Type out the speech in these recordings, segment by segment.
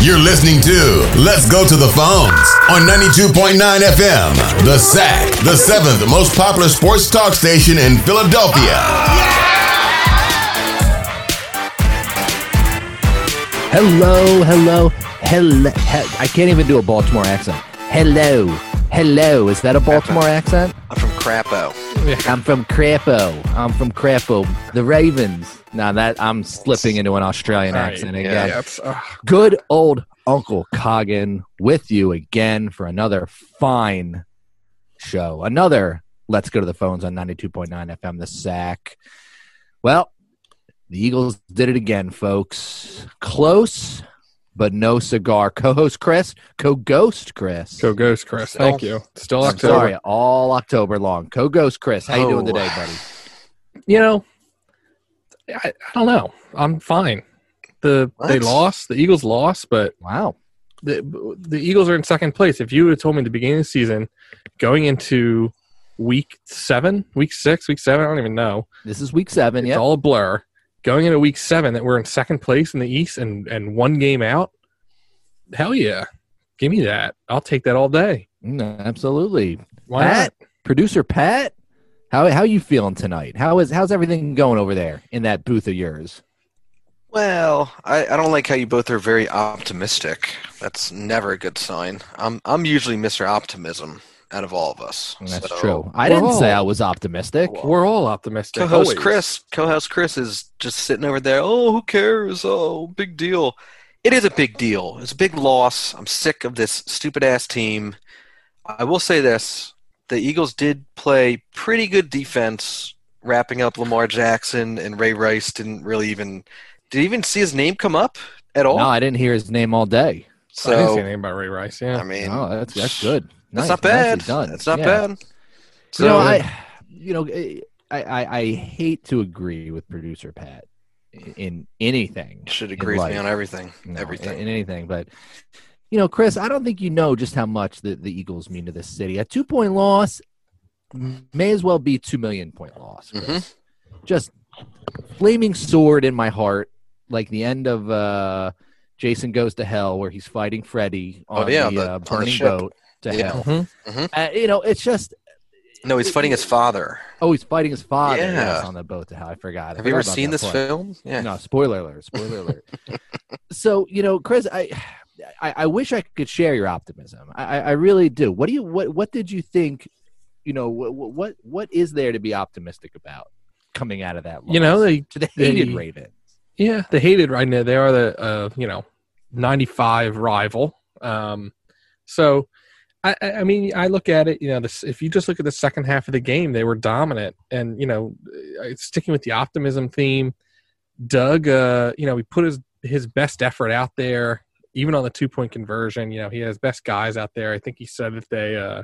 You're listening to Let's Go to the Phones on 92.9 FM, the SAC, the seventh most popular sports talk station in Philadelphia. Hello, hello, hello. He- I can't even do a Baltimore accent. Hello, hello. Is that a Baltimore accent? I'm from Crapo. I'm from Crapo. I'm from Crapo. The Ravens. Now that I'm slipping into an Australian All right, accent yeah, again. Yeah, it's- uh, ugh. Good old Uncle Coggin with you again for another fine show. Another Let's Go to the Phones on 92.9 FM, the sack. Well, the Eagles did it again, folks. Close, but no cigar. Co host Chris, co ghost Chris. go Ghost, Chris. Thank you. Still I'm October. sorry, all October long. Co ghost Chris, how you doing Oh. today, buddy? You know, I, I don't know. I'm fine. The they What? lost. The Eagles lost, but Wow. the the Eagles are in second place. If you would have told me at the beginning of the season, going into week seven, week six, week seven, I don't even know. This is week seven. It's Yeah. all a blur. Going into week seven, that we're in second place in the East and and one game out. Hell yeah, give me that. I'll take that all day. Mm, Absolutely. Why not? Pat, producer Pat, how how you feeling tonight? How is how's everything going over there in that booth of yours? Well, I, I don't like how you both are very optimistic. That's never a good sign. I'm I'm usually Mr. Optimism out of all of us. That's So, true. I didn't Whoa. say I was optimistic. Whoa. We're all optimistic. Co-host always. Chris, co-host Chris is just sitting over there. Oh, who cares? Oh, big deal. It is a big deal. It's a big loss. I'm sick of this stupid ass team. I will say this: the Eagles did play pretty good defense, wrapping up Lamar Jackson and Ray Rice. Didn't really even did you even see his name come up at all. No, I didn't hear his name all day. I didn't say so anything about Ray Rice. I, Yeah. mean, No, that's that's good. Nice, that's not nicely bad. Done. That's not Yeah. bad. you know, So- I, you know, I, I, I hate to agree with producer Pat in anything. should in agree with me life. on everything. No, everything. in anything, but you know, Chris, I don't think you know just how much the, the Eagles mean to this city. A two point loss may as well be two million point loss. Mm. Chris. Mm-hmm. Just flaming sword in my heart, like the end of uh, Jason Goes to Hell, where he's fighting Freddy Oh, on yeah, the, the- uh, on the burning ship. boat to Yeah. hell. Mhm. Uh, you know, it's just No, he's fighting his father. oh, he's fighting his father Yeah. yes, on the boat to hell. I forgot. I Have you ever forgot about seen that this part. film? Yeah. No, spoiler alert. Spoiler alert. So you know, Chris, I, I, I wish I could share your optimism. I, I I really do. What do you what What did you think? You know, what what what is there to be optimistic about coming out of that? Loss? You know, they to the hated they- Ravens. yeah they hated right now. They are the uh, you know ninety five rival. Um, so I, I I mean I look at it you know this if you just look at the second half of the game they were dominant and you know uh, sticking with the optimism theme. Doug uh, you know he put his his best effort out there even on the two point conversion. You know he has best guys out there. I think he said that they uh,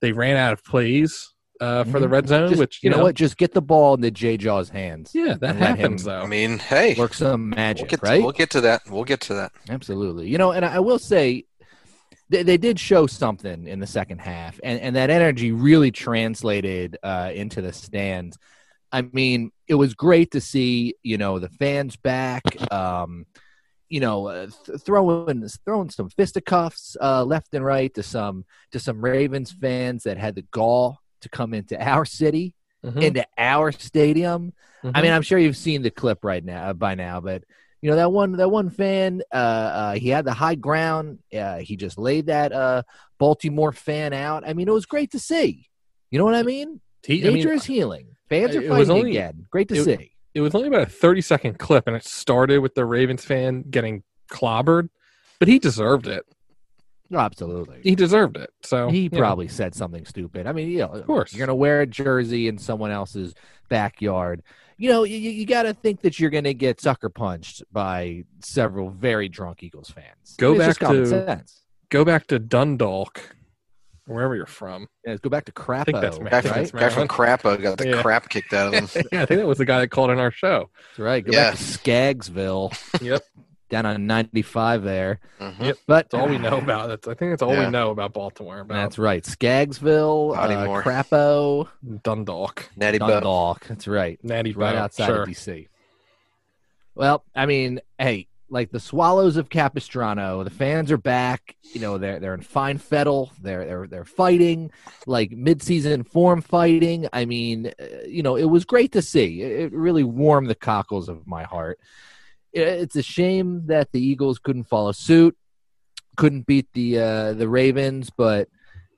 they ran out of plays. Uh, for the Mhm. red zone, Just, which you know, what? Just get the ball into Jay Jaw's hands. Yeah, that and let happens him though. I mean, hey, Work some we'll magic, get, right? we'll get to that. We'll get to that. Absolutely. You know, and I will say they, they did show something in the second half, and, and that energy really translated uh, into the stands. I mean, it was great to see, you know, the fans back. Um, you know, uh, th- throwing throwing some fisticuffs uh, left and right to some to some Ravens fans that had the gall to come into our city, Mhm, into our stadium. I mhm. mean, I'm sure you've seen the clip right now uh, by now, but you know that one that one fan. Uh, uh, he had the high ground. Uh, he just laid that uh, Baltimore fan out. I mean, it was great to see. You know what I mean? He- I Nature mean, is healing. Fans are it fighting was only- again. Great to it- see. it was only about a 30 second clip and it started with the Ravens fan getting clobbered, but he deserved it. No, absolutely. He deserved it. So he you Oh, know, probably said something stupid. I mean, you know, of course. you're gonna wear a jersey in someone else's backyard. You know, you, you got to think that you're gonna get sucker punched by several very drunk Eagles fans. Go I mean, it's just back common to- sense. go back to Dundalk, wherever you're from. Yeah, let's go back to Crapo. think that's Guy Mac- from, right? That's guy from Crapo got the Yeah. crap kicked out of him. yeah, I think that was the guy that called in our show. That's right. Go Yes. back to Skaggsville. Yep. Down on 95 there. Mhm. But That's all we know about it. I think that's all Yeah. we know about Baltimore, about That's right. Skaggsville, Not uh, anymore. Crapo, Dundalk, Natty Bo. Dundalk. That's right. Natty Right Bo, outside sure. of D.C. Well, I mean, hey, like the Swallows of Capistrano. The fans are back. You know, they're they're in fine fettle. They're they're they're fighting like mid-season form fighting. I mean, uh, you know, it was great to see. It, it really warmed the cockles of my heart. I- It's a shame that the Eagles couldn't follow suit, couldn't beat the uh, the Ravens, but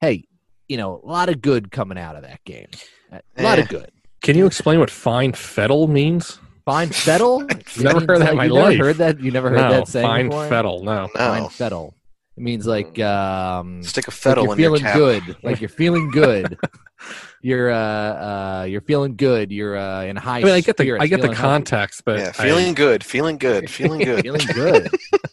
hey, you know, a lot of good coming out of that game. A lot of Eh. good. Can you explain what fine fettle means? Fine fettle. It never means heard that like- in my you life. Never heard that. You never heard no, that saying fine before? fettle. No. No. Fine fettle. It means Mm. like um, Stick a like fettle you're in your feeling cap. good. Like you're feeling good. you're uh, uh, you're feeling good. You're uh, in high. I mean, I get the spirits, I get the feeling healthy. context, but yeah, feeling good, feeling good, feeling good. Feeling good.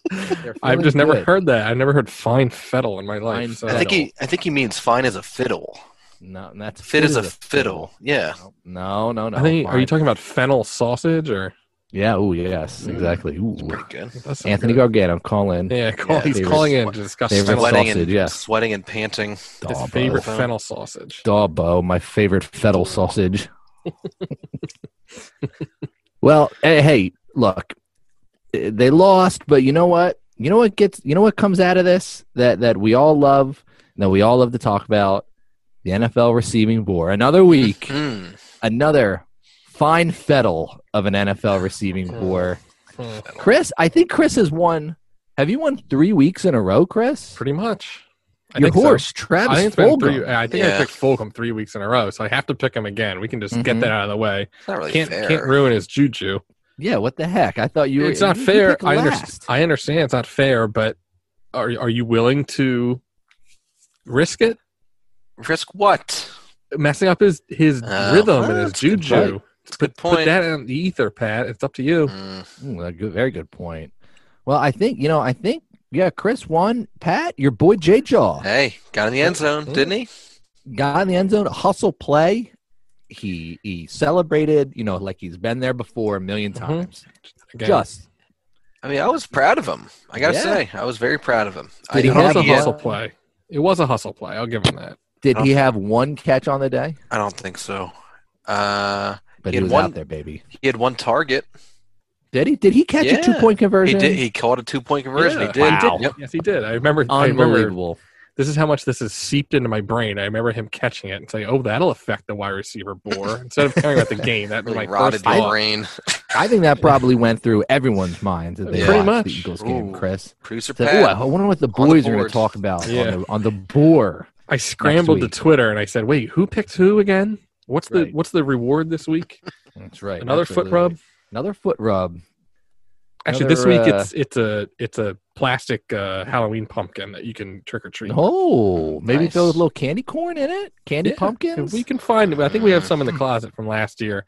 They're I, have feeling just never good. heard that. I've never heard fine fettle in my life. Fine so. I think he, I think he means fine as a fiddle. No, that's Fit as a fiddle. Yeah. No, no, no. I think are you fine. talking about fennel sausage or Yeah. Oh, yes. Exactly. Ooh. Mm. Pretty good. that sounds Anthony good. Gargano, call in. Yeah, call, Yeah, he's favorite- calling in to discuss favorite fennel, Sweating sausage, and yeah. sweating and panting. his Dawbo. favorite Dawbo. fennel sausage. Dawbo, my favorite fettle sausage. well, eh, hey, look, eh, they lost, but you know what? You know what gets? You know what comes out of this that that we all love, that we all love to talk about? The NFL receiving war. Another week, Hmm. another fine fettle of an NFL receiving war. Hmm, Chris, I think Chris has won. Have you won three weeks in a row, Chris? pretty much. I Your think so. horse, I think Travis it's been Fulgham. three. I think I Yeah. picked Fulgham three weeks in a row, so I have to pick him again. We can just get Mhm. that out of the way. It's not really can't fair. can't ruin his juju. Yeah, what the heck? I thought you were. it's not you- you fair. picked I, under- last. I understand it's not fair, but are are you willing to risk it? Risk what? Messing up his his Oh. rhythm Well, and his that's a good juju. It's a good Put point. that in the ether, Pat. It's up to you. Hmm. Mm, a good, very good point. Well, I think you know. I think yeah, Chris won. Pat, your boy J Jaw Hey, got in the end zone, didn't he? got in the end zone, hustle play. He he celebrated, you know, like he's been there before a 1000000 Mm-hmm. Mhm. times. Again. Just I mean, I was proud of him. I gotta Yeah. say, I was very proud of him. I Did he it don't was have a think he had- hustle play. It was a hustle play. I'll give him that. did he have one catch on the day? I don't think so. Uh, But he He had was one- out there, baby. he had one target. Did he? Did he catch a Yeah. two point He conversion? did. He caught a two-point conversion. Yeah. He did. Wow. Yep. Yes, he did. I remember. I remember. Unbelievable. This is how much this has seeped into my brain. I remember him catching it and saying, "Oh, that'll affect the wide receiver bore." Instead of caring about the game, that was Really my rotted first your thought. brain. I think that probably went through everyone's minds that they Pretty watched the much. Eagles game, Ooh. Chris. Producer So, ooh, I Pat. I wonder what the On the boys are going board. to talk about Yeah. on the on the board. I scrambled to week. Twitter and I said, "Wait, who picked who again? What's the Right. what's the reward this week? That's right. Another foot rub. Another foot rub. Actually, this Another, uh, week it's it's a it's a plastic uh, Halloween pumpkin that you can trick or treat. Oh, maybe Nice. fill with a little candy corn in it. Candy Yeah, If pumpkins. we can find it, I think we have some in the closet from last year.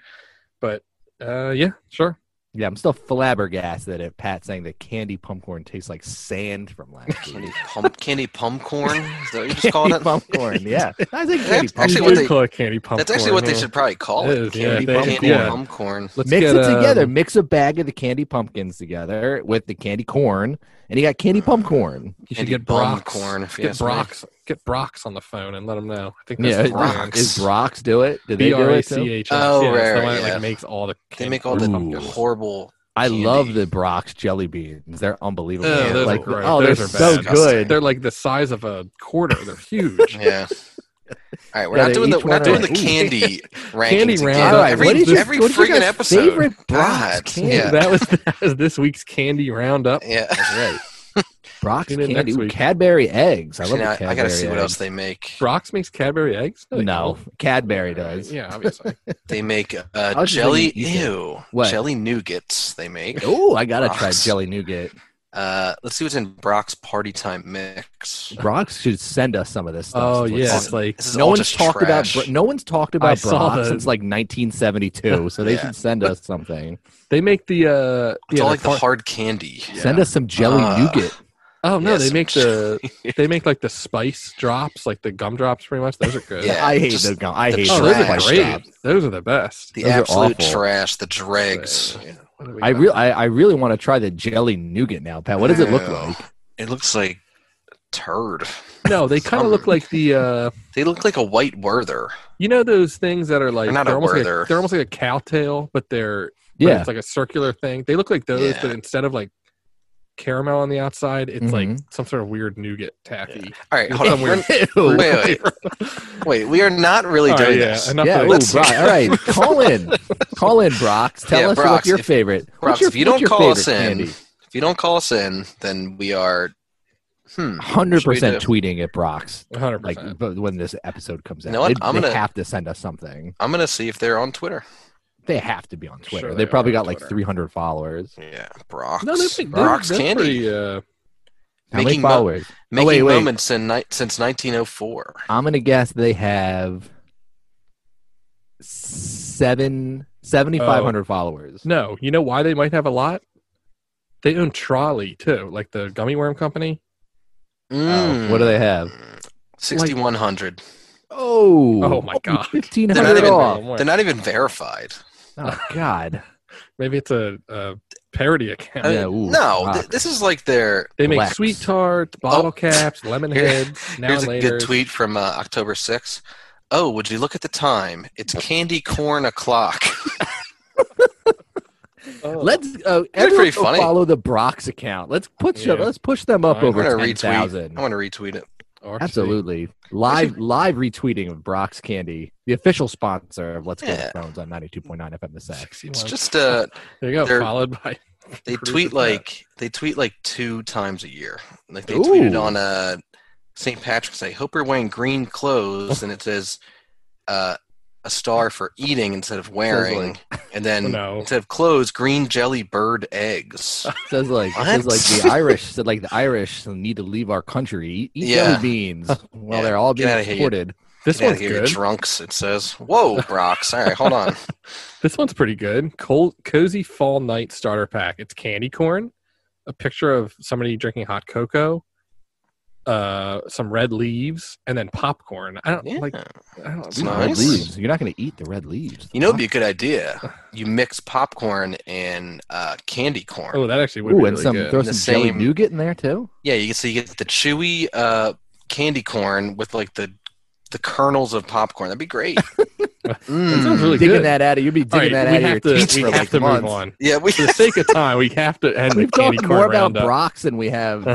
But uh, yeah, sure. Yeah, I'm still flabbergasted at Pat saying that candy pumpcorn tastes like sand from last week. Candy, pump, candy pumpcorn. Is that what you just called candy it? pumpcorn. Yeah, I think candy That's actually pumpcorn. what We they- call it candy pumpkin. That's actually what they should probably call It it. is, yeah, candy they- candy yeah. pumpcorn. Let's Mix get, it together. um, Mix a bag of the candy pumpkins together with the candy corn, and you got candy pumpcorn. You should Candy get Brock's. pumpcorn, if you Get ask me. Brock's. Get Brock's on the phone and let him know. I think Yeah, that's is- the brand. Brock's. is Brock's do it? Do they B do R A it? too? C H. Oh, yeah, it's the right, one that yeah. like makes all the. They candy make all the corn Ooh. pumpkins. horrible. I candy. love the Brock's jelly beans. They're unbelievable. Yeah, those like, are gross. oh, Those they're are so bad. good. They're like the size of a quarter. They're huge. Yeah. All right, we're Yeah, not they doing the each we're not one doing are the like, ooh. candy rankings Candy again. round. All right, Every what did you, every what did you friggin' guys' episode. favorite Brock's God, candy? yeah. That was that was this week's candy roundup. Yeah. That's right. Brock's Tune in candy, next Ooh, week. Cadbury eggs. I love Actually, the now I- Cadbury I gotta see eggs. what else they make. Brock's makes Cadbury eggs. they No, don't. Cadbury does. Yeah, obviously. They make uh, was just jelly. thinking you said- Ew, What? jelly nougats. They make. Oh, I gotta try Brock's. jelly nougat. Uh, let's see what's in Brock's party time mix. Brock's should send us some of this stuff. oh so yeah, let's- it's like This is No all one's just talked trash. about Bro- no one's talked I about saw Brock the- since like 1972, so they Yeah. should send us something. they make the uh. it's yeah, all like the par- hard candy. Send us some jelly Uh, nougat. Oh no, Yeah, they some make the they make like the spice drops, like the gumdrops, pretty much. Those are good. Yeah, I hate just those gum. I the hate Oh, those those gum are Trash great. drops. Those are the best. The Those are absolute awful. trash. The dregs. Yeah. What do we I got? really, I, I really want to try the jelly nougat now, Pat. What does it look Ew. like? It looks like turd. no, they kind of Some- look like the uh, They look like a white Werther. you know those things that are like They're not a almost like Werther. they're almost like a cow tail, but they're but Yeah, it's like a circular thing. They look like those, Yeah. but instead of like caramel on the outside. It's like Mhm. some sort of weird nougat taffy. All right, hold on. We're, Ew. wait, wait, wait. We are not really All right, doing Oh, yeah, this. enough Oh, Yeah, of ooh, this. let's- Brock, all right. Call in. Call in, Brox. Tell Yeah, us Brox, what's your if- favorite. what's Brox, your- if you what's don't your call us favorite in, candy? if you don't call us in, then we are. Hmm. 100% What should tweeting at Brox. 100%. Like but when this episode comes out, You know what? they, I'm they gonna- have to send us something. I'm gonna see if they're on Twitter. They have to be on Twitter. Sure they they probably are on got like Twitter. 300 followers. Yeah, Brox. no, that's, that's, Brox that's Candy pretty, uh, How many Making mo- followers? making Oh, wait, wait. moments in ni- since 1904. I'm gonna guess they have seven seventy five Oh. hundred followers. No, you know why they might have a lot? They own Trolley too, like the gummy worm company. Hmm. Oh, what do they have? 6100. Oh, Oh my God. fifteen They're not hundred even- off. More. They're not even verified. Oh God, Maybe it's a, a parody account. I mean, Yeah, ooh, no, wow. th- this is like their. they make Blacks. sweet tarts, bottle caps, lemon Oh. Here- heads, now Here's a and later. good tweet from uh, October 6th. Oh, would you look at the time? It's candy corn o'clock. Oh. let's uh, pretty everyone go funny. follow the Brox account. Let's push them. Yeah. Let's push them up I'm over gonna ten retweet. thousand. I want to retweet it. Or Absolutely, live live retweeting of Brox Candy, the official sponsor of Let's Go Yeah. to Thrones on ninety two point nine FM. The sweet. Sack. 61. It's just uh, there you go. they're- Followed by they Producer tweet Pat. like they tweet like two times a year. Like they Ooh. tweeted on uh, St. Patrick's Day. Hope you're wearing green clothes, and it says uh, a star for eating instead of wearing, and then Oh, no. instead of clothes, green jelly bird eggs. Says like says What? like the Irish said like the Irish need to leave our country. Eat, eat Yeah. jelly beans while Yeah. they're all Get being outta here, you- deported. This Get out one's of here, you good. drunks. It says, "Whoa, Brox! All right, hold on. This one's pretty good. Cold, cozy fall night starter pack. It's candy corn, a picture of somebody drinking hot cocoa, uh, some red leaves, and then popcorn. I don't Yeah. like. I don't, It's we- nice. Red leaves. You're not going to eat the red leaves. You know, it'd be a good idea. You mix popcorn and uh, candy corn. Oh, that actually would Ooh, be and really some good. throw The some jelly same- nougat in there too. Yeah, you can so you get the chewy uh, candy corn with like the the kernels of popcorn. That'd be great. Mm. That sounds really digging good. that out of you'd be digging All right, that out of your have to, teeth we for have like to months. move on. Yeah, we For the sake of time, we have to end We've the candy talked corn more about roundup. Brox than we have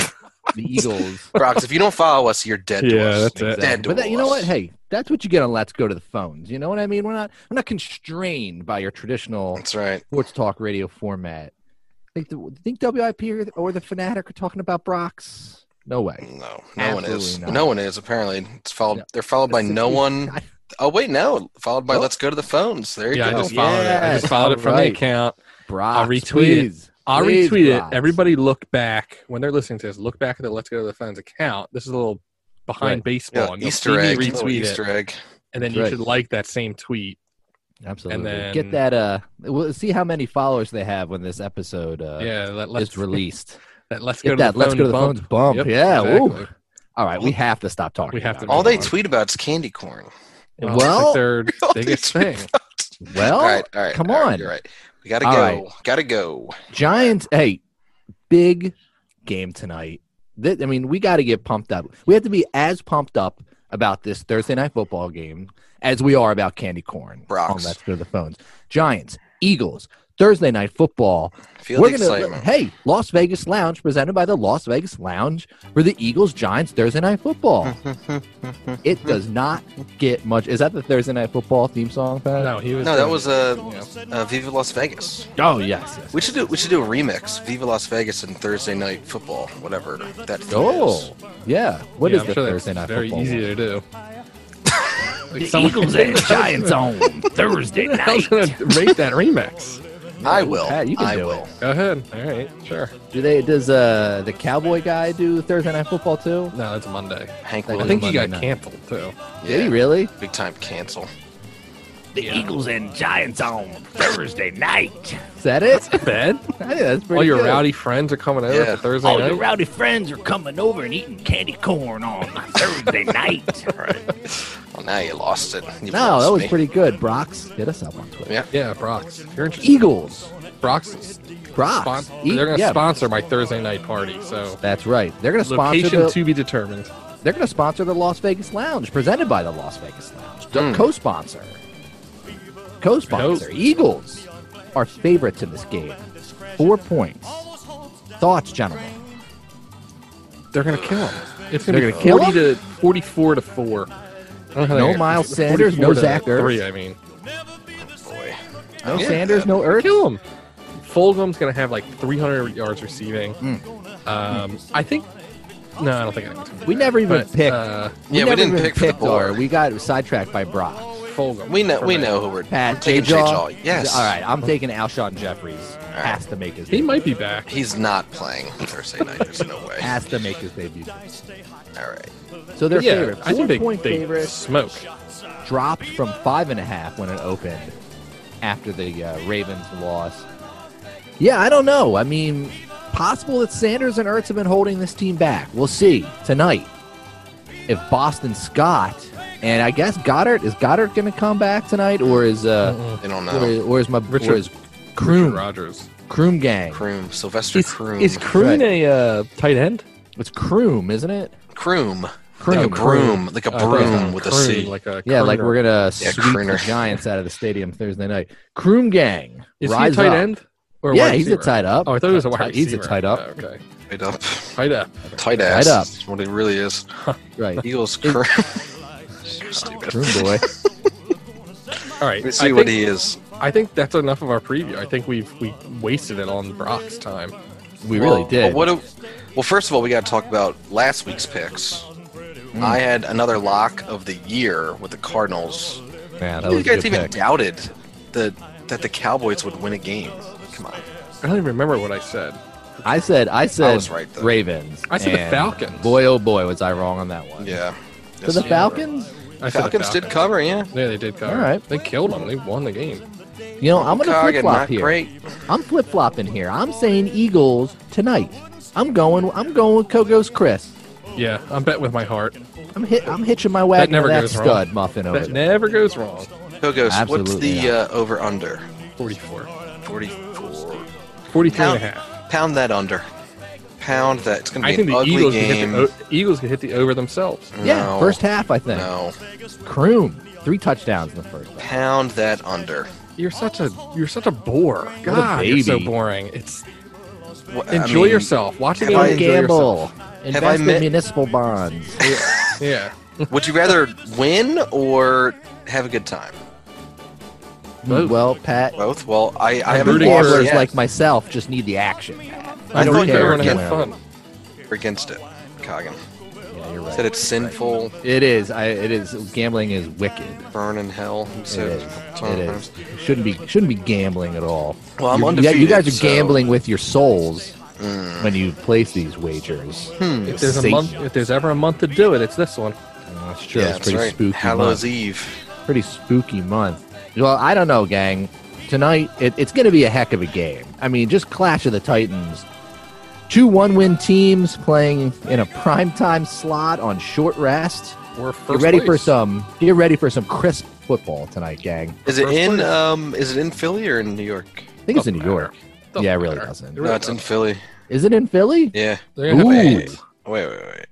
the Eagles. Brox. If you don't follow us, you're dead to Yeah, us. that's it. You're Dead to But that, you know us. what? Hey, that's what you get on Let's Go to the Phones. You know what I mean? We're not we're not constrained by your traditional that's right. sports talk radio format. Think the, think WIP or, or the Fanatic are talking about Brox? No way. No, no one is. Absolutely not. No one is. Apparently, it's followed. No. They're followed by That's- no one. Oh wait, no. Followed by Oh. let's go to the phones. There you Yeah, I go. just followed it. I Yes, just followed it from alright. the account. Brox, I'll retweet it. please. I'll Please, retweet Brox. it. Everybody look back when they're listening to this. Look back at the Let's Go to the Phones account. This is a little behind Right. baseball. Yeah, and you'll Easter see me egg. Little Retweet it, Easter egg. and then That's you right. should like that same tweet. Absolutely. then- Get that. Uh, we'll see how many followers they have when this episode uh, yeah, let, is let's released. that, let's go Get to that. the Let's phone go to the bump. phones. Bump. Yep, yeah. ooh. exactly. All right. We have to stop talking. We have about to All it. they on. tweet about is candy corn. Well, Well- that's like their All they biggest tweet thing. Well, all right, all right. come all right, on. you're right. We gotta All go. right. Gotta go. Giants. Hey, big game tonight. Th- I mean, we got to get pumped up. We have to be as pumped up about this Thursday night football game as we are about candy corn. Brox. On Let's go to the phones. Giants, Eagles, Thursday night football. Feel We're the gonna excitement. hey, Las Vegas Lounge presented by the Las Vegas Lounge for the Eagles Giants Thursday Night Football. it does not get much. Is that the Thursday Night Football theme song? Pat? No, he was. No, that doing- was uh, uh, Viva Las Vegas. Oh yes. yes. We should do we should do a remix, Viva Las Vegas and Thursday Night Football, whatever that. theme is. Oh yeah. What yeah, is I'm the sure that's Thursday Night Very Football? easy one? to do. Like The someone- Eagles and Giants on Thursday I night. was gonna rate that remix. I will. Pat, you can I do will. it. Go ahead. All right, sure. Do they? Does uh the cowboy guy do Thursday Night Football too? No, that's Monday. Hank Like, I Williams. think he Monday got night. canceled too. Did he really? Big time cancel. The Eagles and Giants on Thursday night. Is that it? Bad. I think that's pretty. All your good. Oh, rowdy friends are coming over Yeah. for Thursday night. rowdy friends are coming over and eating candy corn on Thursday night. Well, now you lost it. You've No, lost that was me. pretty good. Brox, hit us up on Twitter. Yeah. yeah, Brox. If you're interested, Eagles. Brox. Brox. Spon- E- they're gonna yeah, sponsor my Thursday night party. So That's right. They're gonna sponsor location the, to be determined. They're gonna sponsor the Las Vegas Lounge, presented by the Las Vegas Lounge. The Mm. Co-sponsor. Co-sponsor. Nope. Eagles are favorites in this game. Four points. Thoughts, gentlemen? They're going to kill him. It's They're going to be gonna kill 40 to 44 to 4. I don't know how No they're gonna- Miles 44 Sanders, no to Zach Ertz. 3, I mean. No Yeah. Sanders, no Earth. Kill him. Fulgham's going to have like 300 yards receiving. Um, I think. No, I don't think anyone's gonna We never even But, picked. uh, Yeah, we never didn't even pick for the picked our- board. We got sidetracked by Brock. Fulgham. We know, for we me. know who we're Pat we're taking. J-Jaw. J-Jaw. Yes. All right, I'm taking Alshon Jeffries. Has to make his. He debut. might be back. He's not playing Thursday night. There's no way. has to make his debut. All right. So their yeah, favorite, four I think they, point they favorite, smoke. dropped from five and a half when it opened after the uh, Ravens loss. Yeah, I don't know. I mean, possible that Sanders and Ertz have been holding this team back. We'll see tonight if Boston Scott and I guess Goddard is Goddard going to come back tonight, or is uh, They don't or, know. or is my or Richard- is Richard Kroom Rodgers. Kroom gang? Croom. Sylvester Croom. Kroon a uh, tight end? It's Kroom, isn't it? Croom. Kroom. Like a broom. Like a Uh, broom with a C. Like a Yeah, like crooner. we're gonna Yeah, sweep the crooner. Giants out of the stadium Thursday night. Kroom gang, Is he a rise tight up. end? Or yeah, wide he's a receiver? tight up. Oh, I thought he was a Tight- wide He's receiver. a tight up, Oh, okay. Tight up. Tight up. Tight ass. up. That's what it really is. right? Eagles Croom. Stupid. Room boy. All right. We I see think, what he is. I think that's enough of our preview. I think we've we wasted it on Brock's time. We really well, did. Well, what do- well, first of all, we got to talk about last week's picks. Hmm. I had another lock of the year with the Cardinals. yeah, that You was a guys good even pick. doubted the, that the Cowboys would win a game. Come on. I don't even remember what I said. I said I said was right, though. Ravens. I said the and Falcons. Boy, oh boy, was I wrong on that one. Yeah. So the Falcons. I said the Falcons did cover, yeah. Yeah, they did cover. All right. They killed them. They won the game. You know, I'm gonna flip Coggin, flop not here. great. I'm flip flopping here. I'm saying Eagles tonight. I'm going. I'm going with Kogo's Chris. Yeah, I'm betting with my heart. I'm hit. I'm hitching my wagon never to that goes wrong. stud muffin over That there. never goes wrong. Kogos, what's Absolutely the uh, over under? 44. 44. 43 and Pound, a half. pound that under. Pound that. It's going to I be think an the ugly Eagles can, hit game. the, o- Eagles can hit the over themselves. yeah, No. first half I think. no. Croom three touchdowns in the first. half. Pound that under. You're such a you're such a bore. God, baby. you're so boring. It's Wha- I enjoy mean, yourself. Watch the have game. I and Don't enjoy yourself. gamble. Have I Invest in met- municipal bonds. Yeah, Would you rather win or have a good time? Both. Well, Pat, Both. Well, I, I haven't rooting lost for- gamblers yet. like myself just need the action. Pat. I don't think care everyone if had you fun. You're against it, Coggin. Yeah, you're Said right. it's sinful, It is. I, it is. Gambling is wicked. burn in hell. You It said is. a couple It times. is. Shouldn't be. Shouldn't be gambling at all. Well, You're- I'm you, undefeated. You guys are so- Mm. gambling with your souls when you place these wagers. Hmm. If there's a month, if there's ever a month to do it, it's this one. That's true. Yeah, it's that's pretty right. spooky. Hallows month. Eve. Pretty spooky month. Well, I don't know, gang. Tonight, it, it's going to be a heck of a game. I mean, just Clash of the Titans. Two one-win teams playing in a primetime slot on short rest. We're first Get ready for place. some. Get ready for some crisp football tonight, gang. Is it First in? place. Um, is it in Philly or in New York? I think it's in Doesn't New matter. York. Doesn't Yeah, it really matter. doesn't. really no, it's in doesn't. Philly. Is it in Philly? Yeah. They're gonna have Ooh. fans. Wait, wait, wait.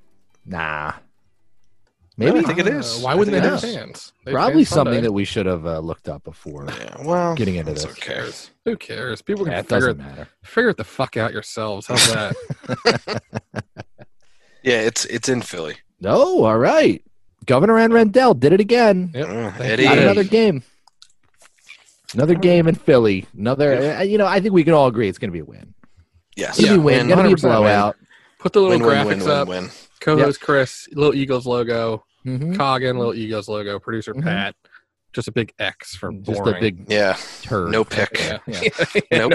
Nah. I Maybe think it Uh, is. Why I wouldn't they think have it is. fans? They have probably fans Sunday. something that we should have uh, looked up before Yeah. Well, getting into it's this. okay. Who cares? People can Yeah, it figure doesn't it, matter. figure it the fuck out yourselves. How's that? Yeah, it's it's in Philly. No, Oh, all right. Governor Ann Rendell did it again. Yep. Mm, Thank Eddie. you. Got Hey. another game. Another game in Philly. Another, uh, you know, I think we can all agree it's going to be a win. Yes. It's going to be a win. Win, going to be a 100% win. blowout. Put the little win, win, graphics win, win, up. win. Co-host Chris, little Eagles logo. Mhm. Mm-hmm. Coggin, little Eagles logo. Producer Mhm. Pat, just a big X for boring. Just a big Yeah. turd. No pick. Yeah. Yeah. Nope.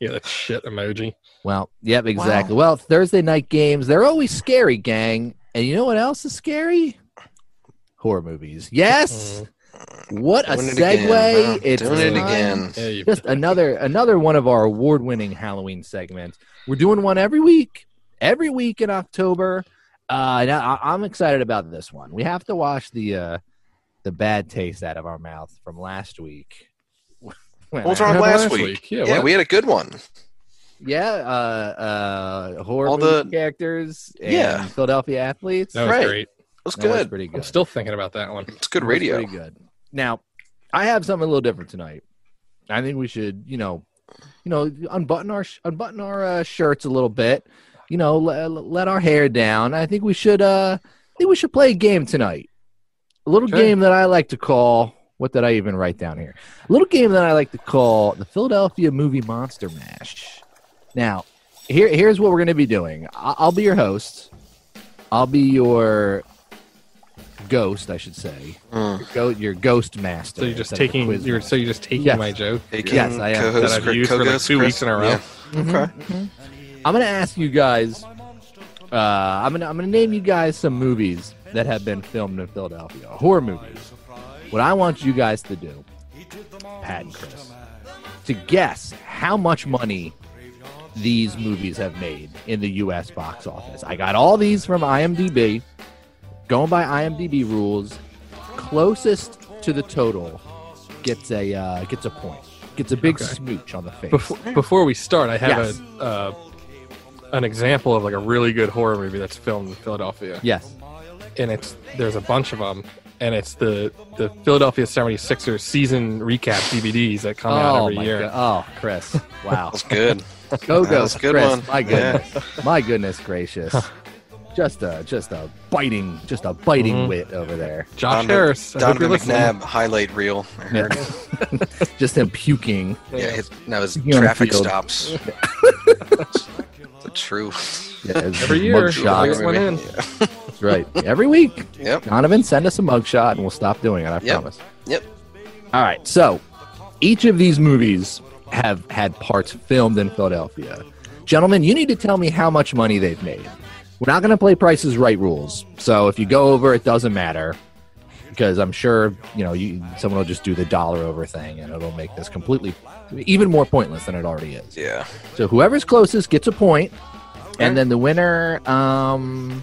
Yeah, that shit emoji. Well, yep, exactly. Well, Thursday night games, they're always scary, gang. And you know what else is scary? Horror movies. Yes. What a Mm-hmm. Doing it segue. again, huh? It's doing it time. again. Yeah, you, Just another another one of our award-winning Halloween segments. We're doing one every week. Every week in October. Uh now I, I'm excited about this one. We have to wash the uh the bad taste out of our mouth from last week. When What was I- wrong Yeah, last last week? week. Yeah, Yeah, what? we had a good one. Yeah, uh, uh, horror All movie the- characters. And Yeah. Philadelphia athletes. that was Right. great. It was That was good. pretty I'm good. still thinking about that one. It's good That was radio. Pretty good. Now, I have something a little different tonight. I think we should, you know, you know, unbutton our sh- unbutton our uh, shirts a little bit. You know, le- let our hair down. I think we should. Uh, I think we should play a game tonight. A little Sure. game that I like to call. What did I even write down here? A little game that I like to call the Philadelphia Movie Monster Mash. Now, here here's what we're going to be doing. I- I'll be your host. I'll be your ghost, I should say. Mm. Go, your ghost master. Uh. So you're just instead of a taking quiz you're, master. so you're just taking Yes. my joke Taking Yes, I am. uh, that co-host I've Chris- used for like co-host two Chris- weeks in a row. Yeah. Mhm, mhm. I'm gonna ask you guys. Uh, I'm gonna I'm gonna name you guys some movies that have been filmed in Philadelphia, horror movies. What I want you guys to do, Pat and Chris, to guess how much money these movies have made in the U.S. box office. I got all these from IMDb. Going by IMDb rules, closest to the total gets a uh, gets a point, gets a big Okay. smooch on the face. Before, before we start, I have Yes. a uh, an example of like a really good horror movie that's filmed in Philadelphia, Yes. and it's there's a bunch of them, and it's the the Philadelphia 76ers season recap DVDs that come out every my year. go- oh, Chris! Wow, That's good. go That go, was a good Chris! one. My Yeah. goodness, my goodness gracious! just a just a biting, just a biting Mhm. wit over there. Josh Donovan- Harris, I hope you're Donovan listening. McNabb highlight reel. I heard. Yeah, Just him puking. his, that was Speaking on the traffic field. stops. the truth. Yeah, his Every year, mug shot. always went in. Yeah. That's right. Every week, Yep. Donovan, send us a mugshot, and we'll stop doing it. I Yep. promise. Yep. All right. So each of these movies have had parts filmed in Philadelphia. Gentlemen, you need to tell me how much money they've made. We're not going to play prices right rules. So if you go over, it doesn't matter because I'm sure, you know, you, someone will just do the dollar over thing and it'll make this completely even more pointless than it already is. Yeah. So whoever's closest gets a point, and then the winner. Um,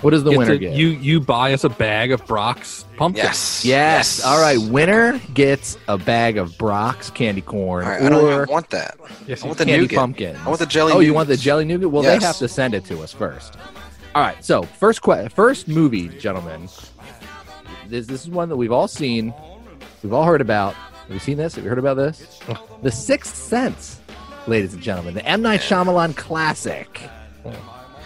what does the Get winner to- get? you you buy us a bag of Brock's pumpkin. Yes. yes. All right. Winner gets a bag of Brock's candy corn All right, or I don't even want that. Yes, I you want the candy nougat. pumpkin. I want the jelly. Oh, you nougat. want the jelly nougat? Well, Yes. they have to send it to us first. All right. So first que- first movie, gentlemen. This this is one that we've all seen. We've all heard about. Have you seen this? Have you heard about this? the Sixth Sense, ladies and gentlemen, the M Night Shyamalan classic.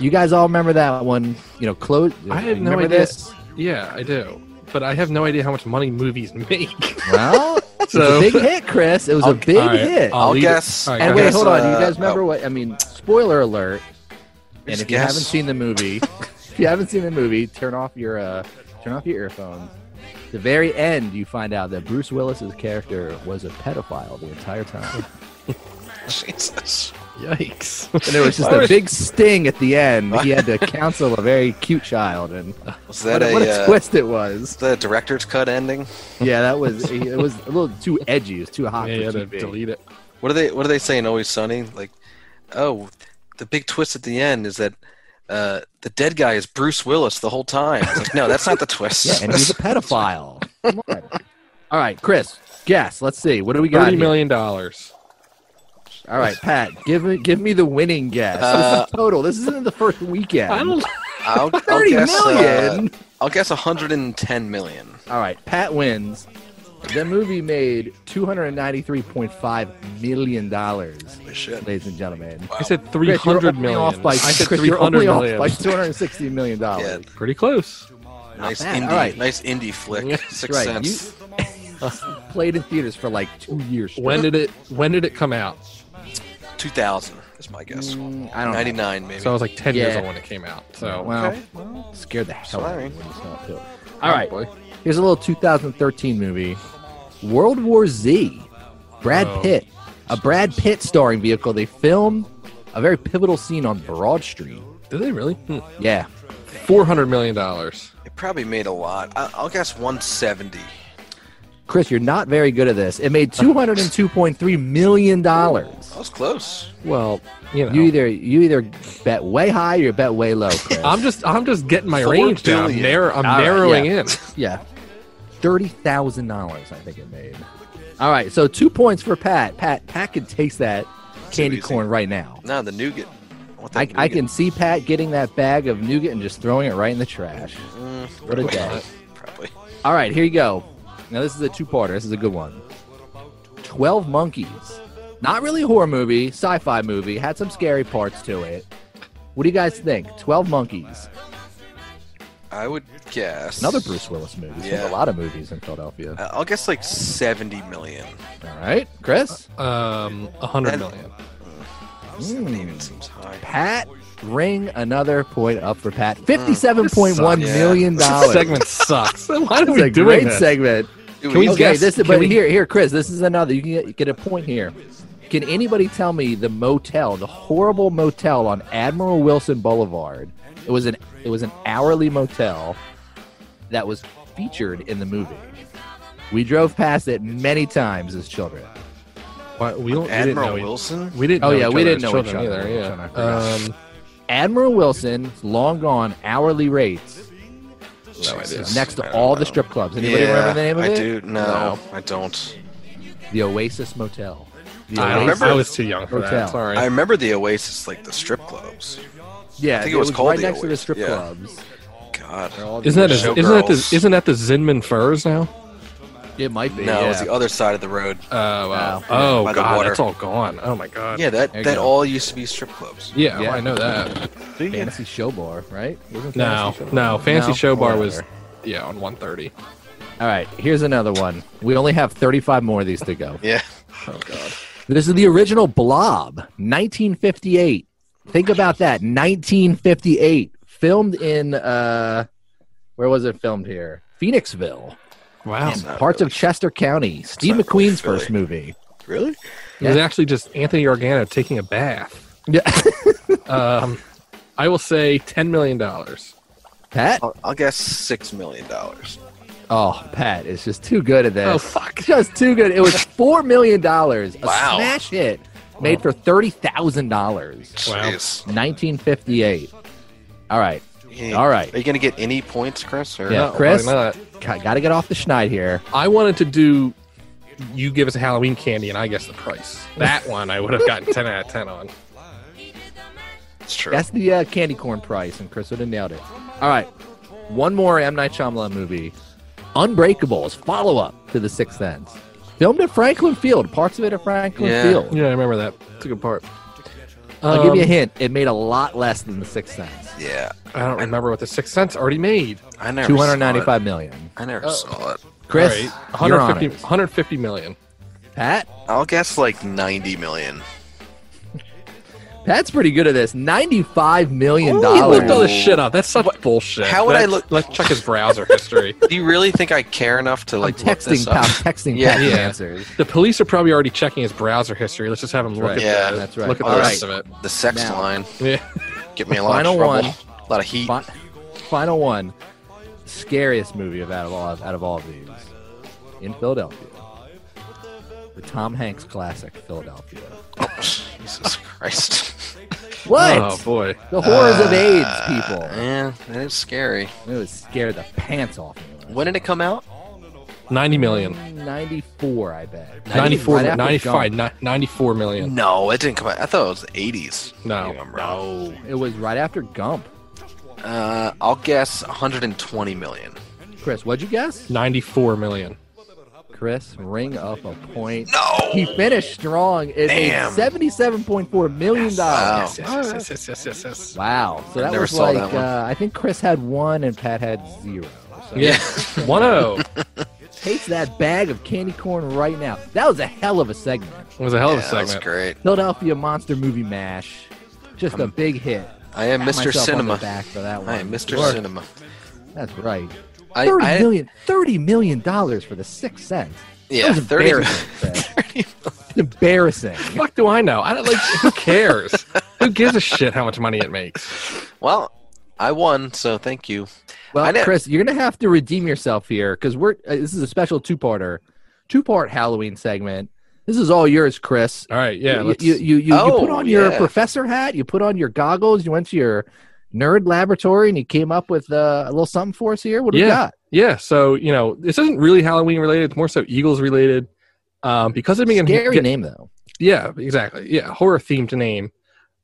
You guys all remember that one? You know, close. I have no remember idea. This? Yeah, I do, but I have no idea how much money movies make. Well, So- it was a big hit, Chris. It was I'll- a big all right, Oh hit. I'll I'll leave it. guess. All right, and go wait, ahead. hold on. You uh, guys oh. remember what? I mean, spoiler alert. And Just if you guess. haven't seen the movie, if you haven't seen the movie, turn off your uh, turn off your earphones. At The very end, you find out that Bruce Willis's character was a pedophile the entire time, Jesus. Yikes! and it was just Why a was- big sting at the end. He had to counsel a very cute child, and what Was that a, what a, a uh, twist it was! the director's cut ending? Yeah, that was it was a little too edgy. It was too hot Yeah, you had for to TV. delete it. What are they? What are they saying? Always Sunny. Like, oh, the big twist at the end is that uh, the dead guy is Bruce Willis the whole time. It's like, no, that's not the twist. Yeah, and he's a pedophile. Come on. All right, Chris, guess. Let's see. What do we got? Thirty here? million dollars. All right, Pat, give me give me the winning guess. Uh, this is total. This isn't the first weekend. I don't. I'll, I'll Thirty guess, uh, million? I'll guess 110 million. All right, Pat wins. The movie made two hundred ninety three point five million dollars, Holy shit. ladies and gentlemen. I said three Chris, you're hundred only million. Off by, I said Chris, three you're hundred only off million. by two hundred sixty million dollars. Pretty close. Nice bad. indie, All right. nice indie flick. Six right, cents. Played in theaters for like two years. straight. When did it? When did it come out? 2000 is my guess. Mm, I don't know. 99 maybe. So I was like ten years Yeah. old when it came out. So Oh, Well, Okay, scared the hell out Sorry. of me when you saw it too. All right, boy. Here's a little 2013 movie, World War Z. Brad Oh. Pitt, a Brad Pitt starring vehicle. They filmed a very pivotal scene on Broad Street. Did they really? Hmm. Yeah, Four hundred million dollars. it probably made a lot. I, I'll guess 170. Chris, you're not very good at this. It made 202.3 million dollars. That was close. Well, you know, You either you either bet way high or you bet way low. Chris. I'm just, I'm just getting my Four range down. I'm, billion. narrow, I'm All right, narrowing yeah. in. yeah, thirty thousand dollars. I think it made. All right, so two points for Pat. Pat, Pat could taste that candy easy. corn right now. No, the nougat. want that I, I nougat. can see Pat getting that bag of nougat and just throwing it right in the trash. Mm, What a probably day. not. Probably. All right, here you go. Now, this is a two parter. This is a good one. 12 Monkeys Not really a horror movie, sci-fi movie. Had some scary parts to it. What do you guys think? Twelve Monkeys, I would guess another Bruce Willis movie. He's made Yeah. a lot of movies in Philadelphia. I- Uh, I'll guess like seventy million. All right, Chris. Um, a hundred And- million. Seventy even seems high. Pat, ring another point up for Pat. Fifty-seven point one Yeah. million Hmm. This dollars. segment sucks. Why This are is we a doing great this? segment. Dude, Can we we- okay, guess- this is can but we- here, here, Chris. This is another. You can get, get a point here. Can anybody tell me the motel, the horrible motel on Admiral Wilson Boulevard? It was an it was an hourly motel that was featured in the movie. We drove past it many times as children. Why- we don't. we didn't Admiral know we- Wilson. We didn't. Oh, know yeah, each we other didn't as know each children other, either, which one I Yeah. Um, Admiral Wilson, long gone, hourly rates no idea. Jesus. next I to don't all the know. strip clubs. Anybody remember the name of I it? do. No, I don't. The Oasis Motel. The I, don't Oasis- remember. I was too young for Hotel. that. Sorry. I remember the Oasis, like the strip clubs. Yeah, I think it was called right the next to the Oasis, strip yeah. clubs. God, isn't that a, Showgirls. isn't that the isn't that the Zinman Furs now? It might be. no, yeah. it was the other side of the road. Oh wow. No. Oh By the god, water. that's all gone. Oh my god. Yeah, that There you that go. all used to be strip clubs. Yeah, Yeah. well, I know that. Fantasy Show Bar, right? Wasn't No, Fantasy Show Bar? no, Fancy No? Show Bar was Whatever. yeah on one thirty. All right, here's another one. We only have 35 more of these to go. Yeah. Oh god. This is the original Blob, 1958. Think about that, 1958. Filmed in, uh, where was it filmed here? Phoenixville, Wow. It's not parts really- of Chester County. Steve not really McQueen's first movie. Really? It was actually just Anthony Organo taking a bath. Yeah. Um, I will say ten million dollars. Pat? I'll, I'll guess six million dollars. Oh, Pat is just too good at this. Oh fuck. just too good. It was four million dollars, a Wow. smash hit, made for thirty thousand dollars, Wow. Jeez. nineteen fifty eight. All right, Hey, All right. Are you gonna get any points, Chris? Or Yeah. No, Chris? probably not. got to get off the schneid here. I wanted to do. You give us a Halloween candy, and I guess the price. That one I would have gotten ten out of ten on. it's true. That's the uh, candy corn price, and Chris would have nailed it. All right, one more M Night Shyamalan movie, Unbreakable, is follow up to The Sixth Sense, filmed at Franklin Field, parts of it at Franklin Yeah. Field. Yeah, I remember that. It's a good part. I'll give you a Um, hint. It made a lot less than The Sixth Sense, Yeah. I don't remember what the Sixth Sense already made. I never. two saw it. hundred ninety five million. I never Oh. saw it. Chris, All you're on 150, it. 150 million. Pat. I'll guess like ninety million. That's pretty good at this. Ninety-five million He looked all dollars. this shit up. That's such bullshit. how would I That's- look- Let's check his browser history. Do you really think I care enough to I'm like look texting, this Pat, up? texting, Yeah. Pat Yeah. answers. The police are probably already checking his browser history. Let's just have him look right. at Yeah, the, that's right. Look at All the right. rest of it. The sex Now. line. Yeah. Get me a lot Final of trouble. one. A lot of heat. Fi- Final one, scariest movie of out of all out of all of these in Philadelphia. The Tom Hanks classic, Philadelphia. Jesus Christ. What? Oh boy. the horrors of Uh, AIDS, Yeah, that is scary. people. It was scared the pants off me. When did it come out? 90 million. 94, I bet. 94, Right after 95, Gump. ni- 94 million. No, it didn't come out. I thought it was the 80s. No. Maybe I'm wrong. It was right after Gump. Uh, I'll guess 120 million. Chris, what'd you guess? 94 million. Chris, ring up a point. No. He finished strong. It Damn. made seventy-seven point four million dollars. Wow. Yes, yes, yes, yes, yes, yes, yes. Wow. So that Never was saw like that one. uh, I think Chris had one and Pat had zero. So Yeah. oh 1 0. Takes that bag of candy corn right now. That was a hell of a segment. It was a hell of a Yeah, that was segment. great. Philadelphia Monster Movie Mash, just a big hit. I am Pat myself Mr. on the Cinema. back for that one. I am Mr. Sure. Cinema. That's right. I, Thirty I- million- $30 million dollars for the sixth sense. Yeah, that was 30 embarrassing. It's embarrassing. fuck do I know? I don't like. Who cares? who gives a shit how much money it makes? Well, I won, so thank you. I Well, know- Chris, you're gonna have to redeem yourself here because we're uh, this is a special two-parter, two-part Halloween segment. This is all yours, Chris. All right, yeah. you Let's, you, you, you, you put Oh, on your yeah. professor hat, you put on your goggles, you went to your nerd laboratory, and you came up with uh, a little something for us here. What do we Yeah. got? yeah. So you know, this isn't really Halloween related. It's more so Eagles related. Um, because it being Scary name though. Yeah, exactly. Yeah, horror themed name.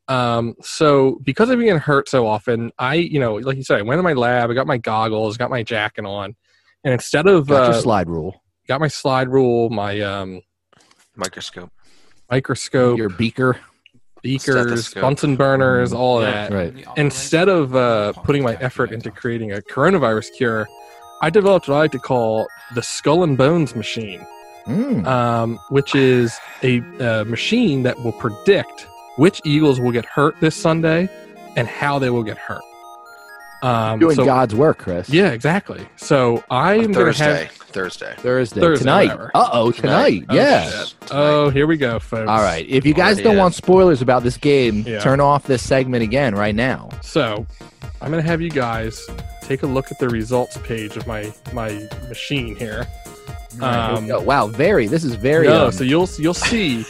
Um, so because I'm being hurt so often, I, you know, like you said, I went to my lab, I got my goggles, got my jacket on, and instead of Got uh, your slide rule. got my slide rule, my um, Microscope. microscope, your Mm-hmm. beaker. beakers, Stethoscope. Bunsen burners, all of Yeah. that. Right. Instead of uh, putting my effort into creating a coronavirus cure, I developed what I like to call the skull and bones machine, Mm. um, which is a uh, machine that will predict which eagles will get hurt this Sunday and how they will get hurt. Um, Doing so- God's work, Chris. Yeah, exactly. So I am On going to have. Thursday. Thursday. Thursday, Thursday, tonight. whatever. Uh oh, tonight. Oh, Yeah. shit. Oh, here we go, folks. All right. If you guys Already don't is. want spoilers about this game, Yeah. turn off this segment again right now. So, I'm going to have you guys take a look at the results page of my my machine here. Alright, here Um, we go. wow, very. This is very. no, um, so you'll you'll see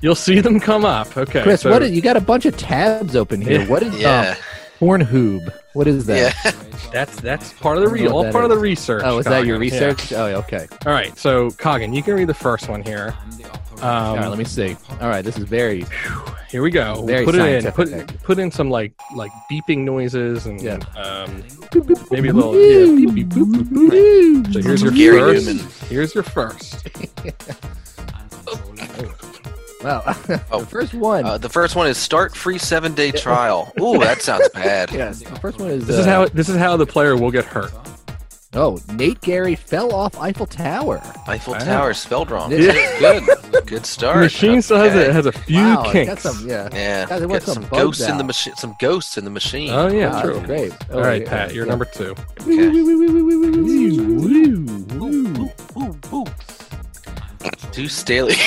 you'll see them come up. Okay, Chris, so what is, you got a bunch of tabs open here. Yeah. What is Yeah. um, Pornhoob? What is that? yeah. that's that's part of I the don't re- know all what part of that the research. Oh, is that your Coggin. Yeah. research? Oh, okay. All right, so Coggin, you can read the first one here. All right, Um, let me see. All right, this is very. here we go. Very put it in. scientific. Put put in some like like beeping noises and Yeah. um, maybe a little. Yeah, beep, beep, boop, boop, boop. So here's your Gary first. Newman. Here's your first. Wow. Oh. the first one. Uh, the first one is start free seven day trial. Ooh, that sounds bad. yes. The first one is. This uh, is how this is how the player will get hurt. Oh, Nate Gary fell off Eiffel Tower. Eiffel Wow. Tower spelled wrong. Yeah. Good. Good start. The machine still has a, Okay. has a few wow, it's kinks. Got some, yeah. Yeah. Guys, I want Get some some bugs ghosts in the out. machine. Some ghosts in the machine. Oh yeah, Wow, true. that's great. Oh, All right, Pat, you're number two. Okay. number. Ooh, ooh. Deuce Staley.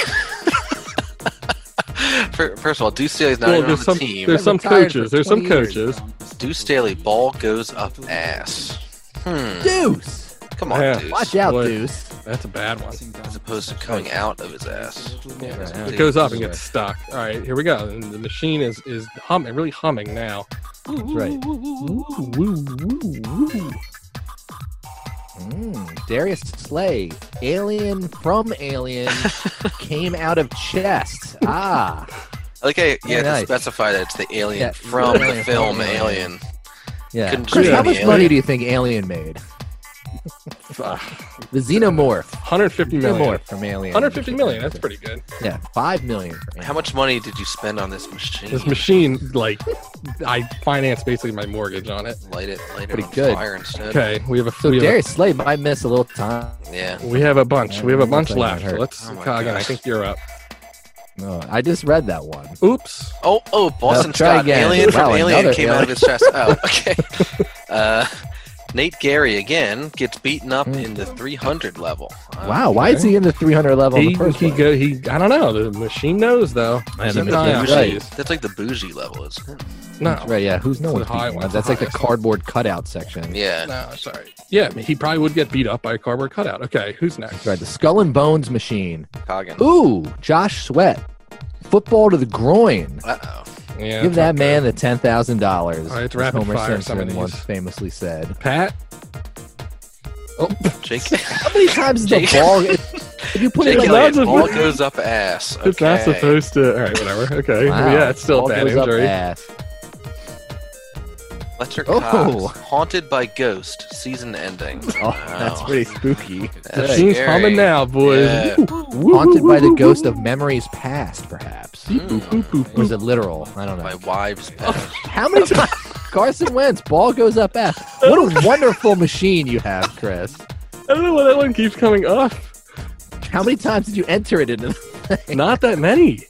Fir- First of all, Deuce Staley's not even on there's the some team. there's some Retired for coaches. There's some 20 years. coaches. Deuce Daily ball goes up ass. Hmm. Deuce. Come on, Yeah. Deuce. Watch out, What? Deuce. That's a bad one. As opposed to coming out of his ass. It goes up and gets stuck. All right, here we go. And the machine is is humming, really humming now. That's right. Mm, Darius Slay, alien from Alien, came out of chest. Ah, Okay, Very yeah, to nice. specify that it's the alien Yeah. from the Alien film from Alien. Alien. yeah. Couldn't Chris, just how be an much money alien. do you think Alien made? The Xenomorph. 150 million. Xenomorph from Alien. 150 million. That's pretty good. Yeah, five million. for Alien. How much money did you spend on this machine? This machine, like, I financed basically my mortgage on it. Light it, light it Pretty on good. fire instead. Okay, we have a So we have a- Darius Slay might miss a little time. Yeah. we have a bunch. We have a bunch Looks like left. it hurt. Let's, Oh my Coggin, I gosh. think you're up. No, Oh, I just read that one. Oops. Oh, oh, Boston Well, try Scott, again. alien from Wow, Alien another came out of his chest. Oh, okay. Uh, Nate Gary again gets beaten up Mm. in the 300 level. Uh, Wow, why is he in the 300 level? in He, the first he, place? go, he, I don't know. The machine knows, though. And Keep the an eye machine out. knows. Right. Jeez. That's like the bougie level, isn't it? Hmm. No. Right, yeah. Who's no It's one's the high beating one. up? That's like the Highest. cardboard cutout section. Yeah. No, sorry. Yeah, I mean, he probably would get beat up by a cardboard cutout. Okay, who's next? Right, the skull and bones machine. Coggin. Ooh, Josh Sweat. Football to the groin. Uh-oh. Yeah, Give that fuck man the ten thousand dollars. All right, it's rapid Homer fire, some of Simpson these. once famously said. Pat. Jake, How many times is the Jake- ball? If you put Jake it like Elliott. Elliott, that's a- ball goes up ass. It's not Okay. supposed to. uh, All right, whatever. Okay. Wow, Yeah, it's still a ball bad goes up injury. ass. Fletcher Oh. Cox, haunted by ghost, season ending. Oh, that's pretty spooky. That's Right. Machine's scary. humming now, boys. Yeah. Haunted by the ghost of memories past, perhaps. Mm, Or is it literal? I don't know. my wives. Oh. pet. How many times? Carson Wentz, ball goes up ass. What a wonderful machine you have, Chris. I don't know why that one keeps coming up. How many times did you enter it into the Not that many.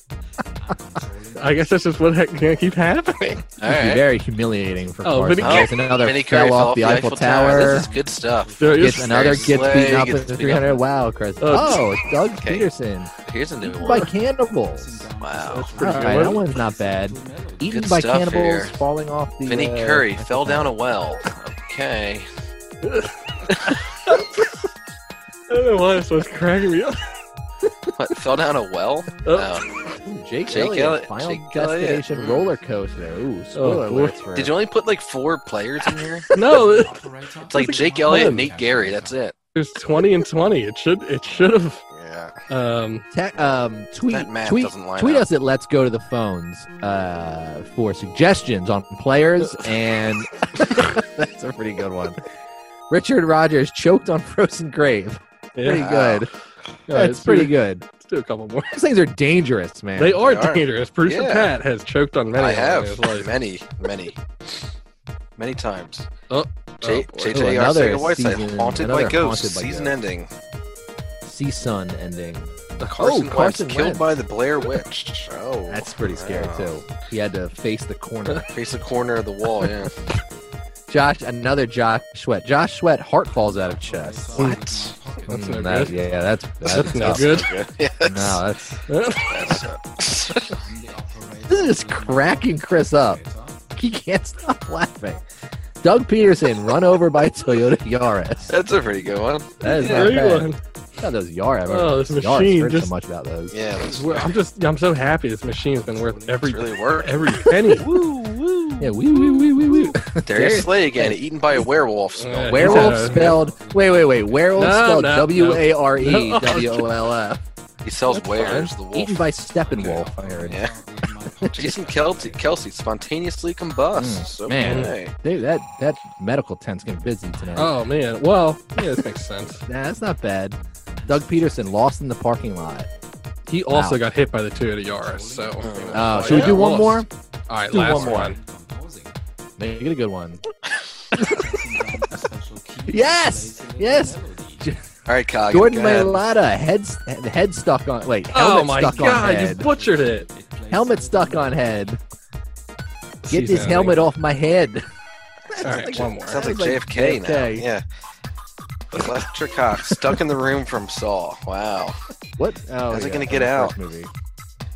I guess that's just what heck gonna keep happening. All It'd be right. very humiliating for Oh, Carson. Vinny There's another Vinny Curry fell off the Eiffel, Tower. This is good stuff. There Gets is, an- another Slay, gets beaten up gets in the beaten up. 300. Wow, Chris. Oh, Oh, Doug okay. Peterson. Here's a new Eaten by one. cannibals. Wow. All pretty right, good. that one's not bad. Eaten Good by stuff cannibals, here. falling off the. Vinny uh, Curry Eiffel fell down Tower. a well. Okay. I don't know why this one's cracking me up. What? Fell down a well? Oh, No. Ooh, Jake, Jake Elliott, Elliott- Final Jake Elliott. Destination Mm. roller coaster. Ooh, spoiler boy. alerts for Did you only put like four players in here? No, It's It's like Jake Elliott, and Nate Gary. That's it. there's twenty and twenty. It should it should have Yeah. um Te- um, tweet That math tweet, doesn't line tweet up. us at Let's Go to the Phones uh, for suggestions on players, and that's a pretty good one. Richard Rogers choked on frozen grave. Pretty yeah. Wow. good. Yeah, that's pretty good. do a couple more. These things are dangerous, man. They are They are. dangerous. Producer Yeah. Pat has choked on many. I of have those, like- many, many, many times. Oh, J- oh, boy. JJ Oh, another Arcega Whiteside, season- haunted by another ghosts, Haunted by season Ghosts. Oh, ending. sea sun ending. Carson, oh, Carson Wentz killed Wentz. by the Blair Witch. Oh, That's pretty scary wow. too. He had to face the corner. Face the corner of the wall. Yeah. Josh, another Josh Sweat. Josh Sweat heart falls out of chest. what? That's Mm, no that- good. yeah, that's That's that's no tough. good. Yeah, No, that's that's, uh, this is cracking Chris up. He can't stop laughing. Doug Peterson run over by Toyota Yaris. that's a pretty good one. That is There not you bad. go. God, those Yaris. Oh, this Yaris machine heard just- so much about those. Yeah, that's Well, I'm just I'm so happy this machine's been worth every it's really work. every penny. woo woo. Yeah, wee wee wee wee wee. Darius Slay again, eaten by a werewolf. Uh, Smell. Werewolf Yeah. spelled. Wait, wait, wait. Werewolf No, spelled no, no. W A R E No. W O L F. He sells That's wares. The Eaten wolf. by Steppenwolf. I heard. Yeah. Jason Kelsey, Kelsey spontaneously combusts. Mm, okay. man. Dude, that that medical tent's getting busy tonight. Oh man. Well, yeah, this makes sense. Nah, that's not bad. Doug Peterson lost in the parking lot. He also Wow. got hit by the Toyota Yaris. So. Oh, you know, Uh, like, should we do one lost. more? All right, do last one one. more. Make it a good one. yes! Yes! All right, Kyle. Jordan go ahead. Mailata, head the head stuck on. Wait, helmet Oh my stuck on god, you head. butchered it. helmet stuck on head. Get Season this helmet off my head. ending. All right, one more. Sounds like Sounds like JFK, JFK. now. Yeah. Fletcher Cox stuck in the room from Saw. Wow. What? Oh, How's it yeah, gonna that was get the out? first Movie.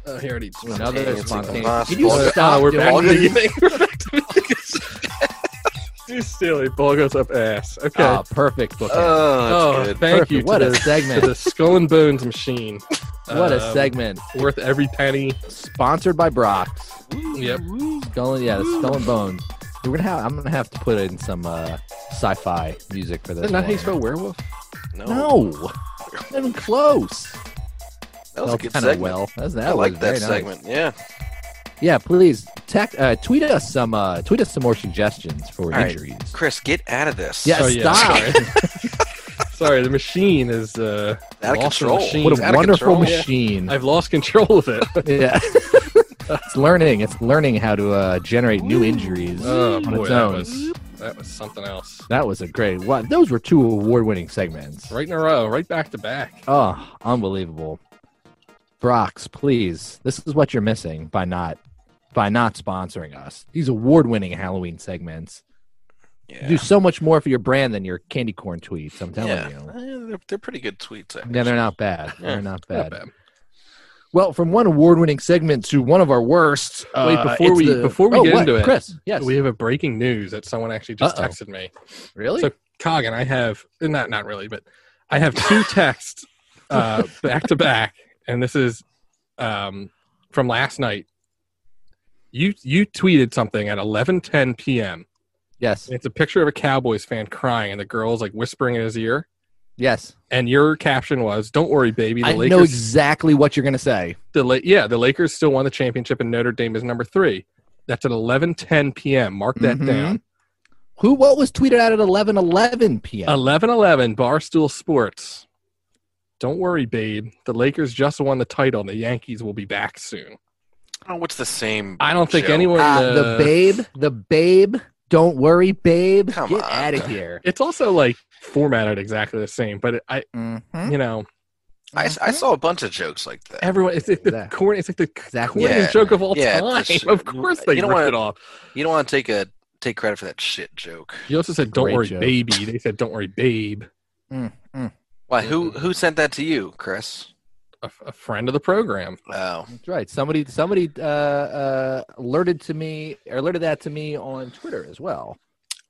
Oh, he already. Another Spontaneous spontaneous. impossible. Can you Oh, stop? we're doing back to these? the beginning. We're back to the beginning. You silly ball goes up ass. Okay. Ah, perfect book. Oh, oh, that's good. thank Perfect. you. To What a the, segment. to the Skull and Bones machine. What a Um, segment. Worth every penny. Sponsored by Brock's. Yep. Skull and, yeah, the Skull and Bones. We're gonna have. I'm gonna have to put in some uh, sci-fi music for this. Isn't that how you one. spell werewolf? No. No, not even close. That was a good kind of segment. well. That's, that I was like that very nice. segment. Yeah. Yeah, please tech, uh, tweet us some uh, tweet us some more suggestions for right. injuries. Chris, get out of this. Yeah, Oh, yeah. stop. Sorry, the machine is uh, Out of lost the control. machine. What It's a out of wonderful control. machine. I've lost control of it. Yeah. it's learning. It's learning how to uh, generate new injuries oh on boy, its that own. was that was something else. That was a great one. Those were two award-winning segments. Right in a row, right back to back. Oh, unbelievable. Brox, please. This is what you're missing by not by not sponsoring us. These award-winning Halloween segments. Yeah. You do so much more for your brand than your candy corn tweets, I'm telling yeah. you. Eh, They're, they're pretty good tweets. Actually. Yeah, they're not bad. Yeah, They're not Not bad. bad. Well, from one award-winning segment to one of our worst. Wait, uh, before it's we- the- before we Oh, get what? into it, Chris. Yes, We have a breaking news that someone actually just Uh-oh. texted me. really. So Cog and I have not not really, but I have two texts uh, back to back, and this is um, from last night. You you tweeted something at eleven ten p.m. yes, It's a picture of a Cowboys fan crying, and the girl's like whispering in his ear. yes. And your caption was, "Don't worry, baby. The I Lakers, know exactly what you're going to say. the La- yeah, the Lakers still won the championship, and Notre Dame is number three. That's at eleven ten p.m. Mark that Mm-hmm. Mhm. down. Who? What was tweeted out at 11:11 p.m. Eleven eleven Barstool Sports. Don't worry, babe. The Lakers just won the title. and The Yankees will be back soon. I don't know what's the same. I don't think show. anyone. Ah, uh, the babe, the babe. Don't worry, babe. Come Get on. out of here. It's also like formatted exactly the same, but it, I, Mhm. you know, I, Mm-hmm. I saw a bunch of jokes like that. everyone. It's like the Exact- corn. It's like the Exactly. corniest Yeah. joke of all Yeah, time. it's just- of course, they you don't ripped wanna- it off. You don't want to take a take credit for that shit joke. You also said, "Don't Great worry, joke. baby." They said, "Don't worry, babe." Why? Who who sent that to you, Chris? A, a friend of the program. Oh, That's right. Somebody, somebody uh, uh, alerted to me, or alerted that to me on Twitter as well.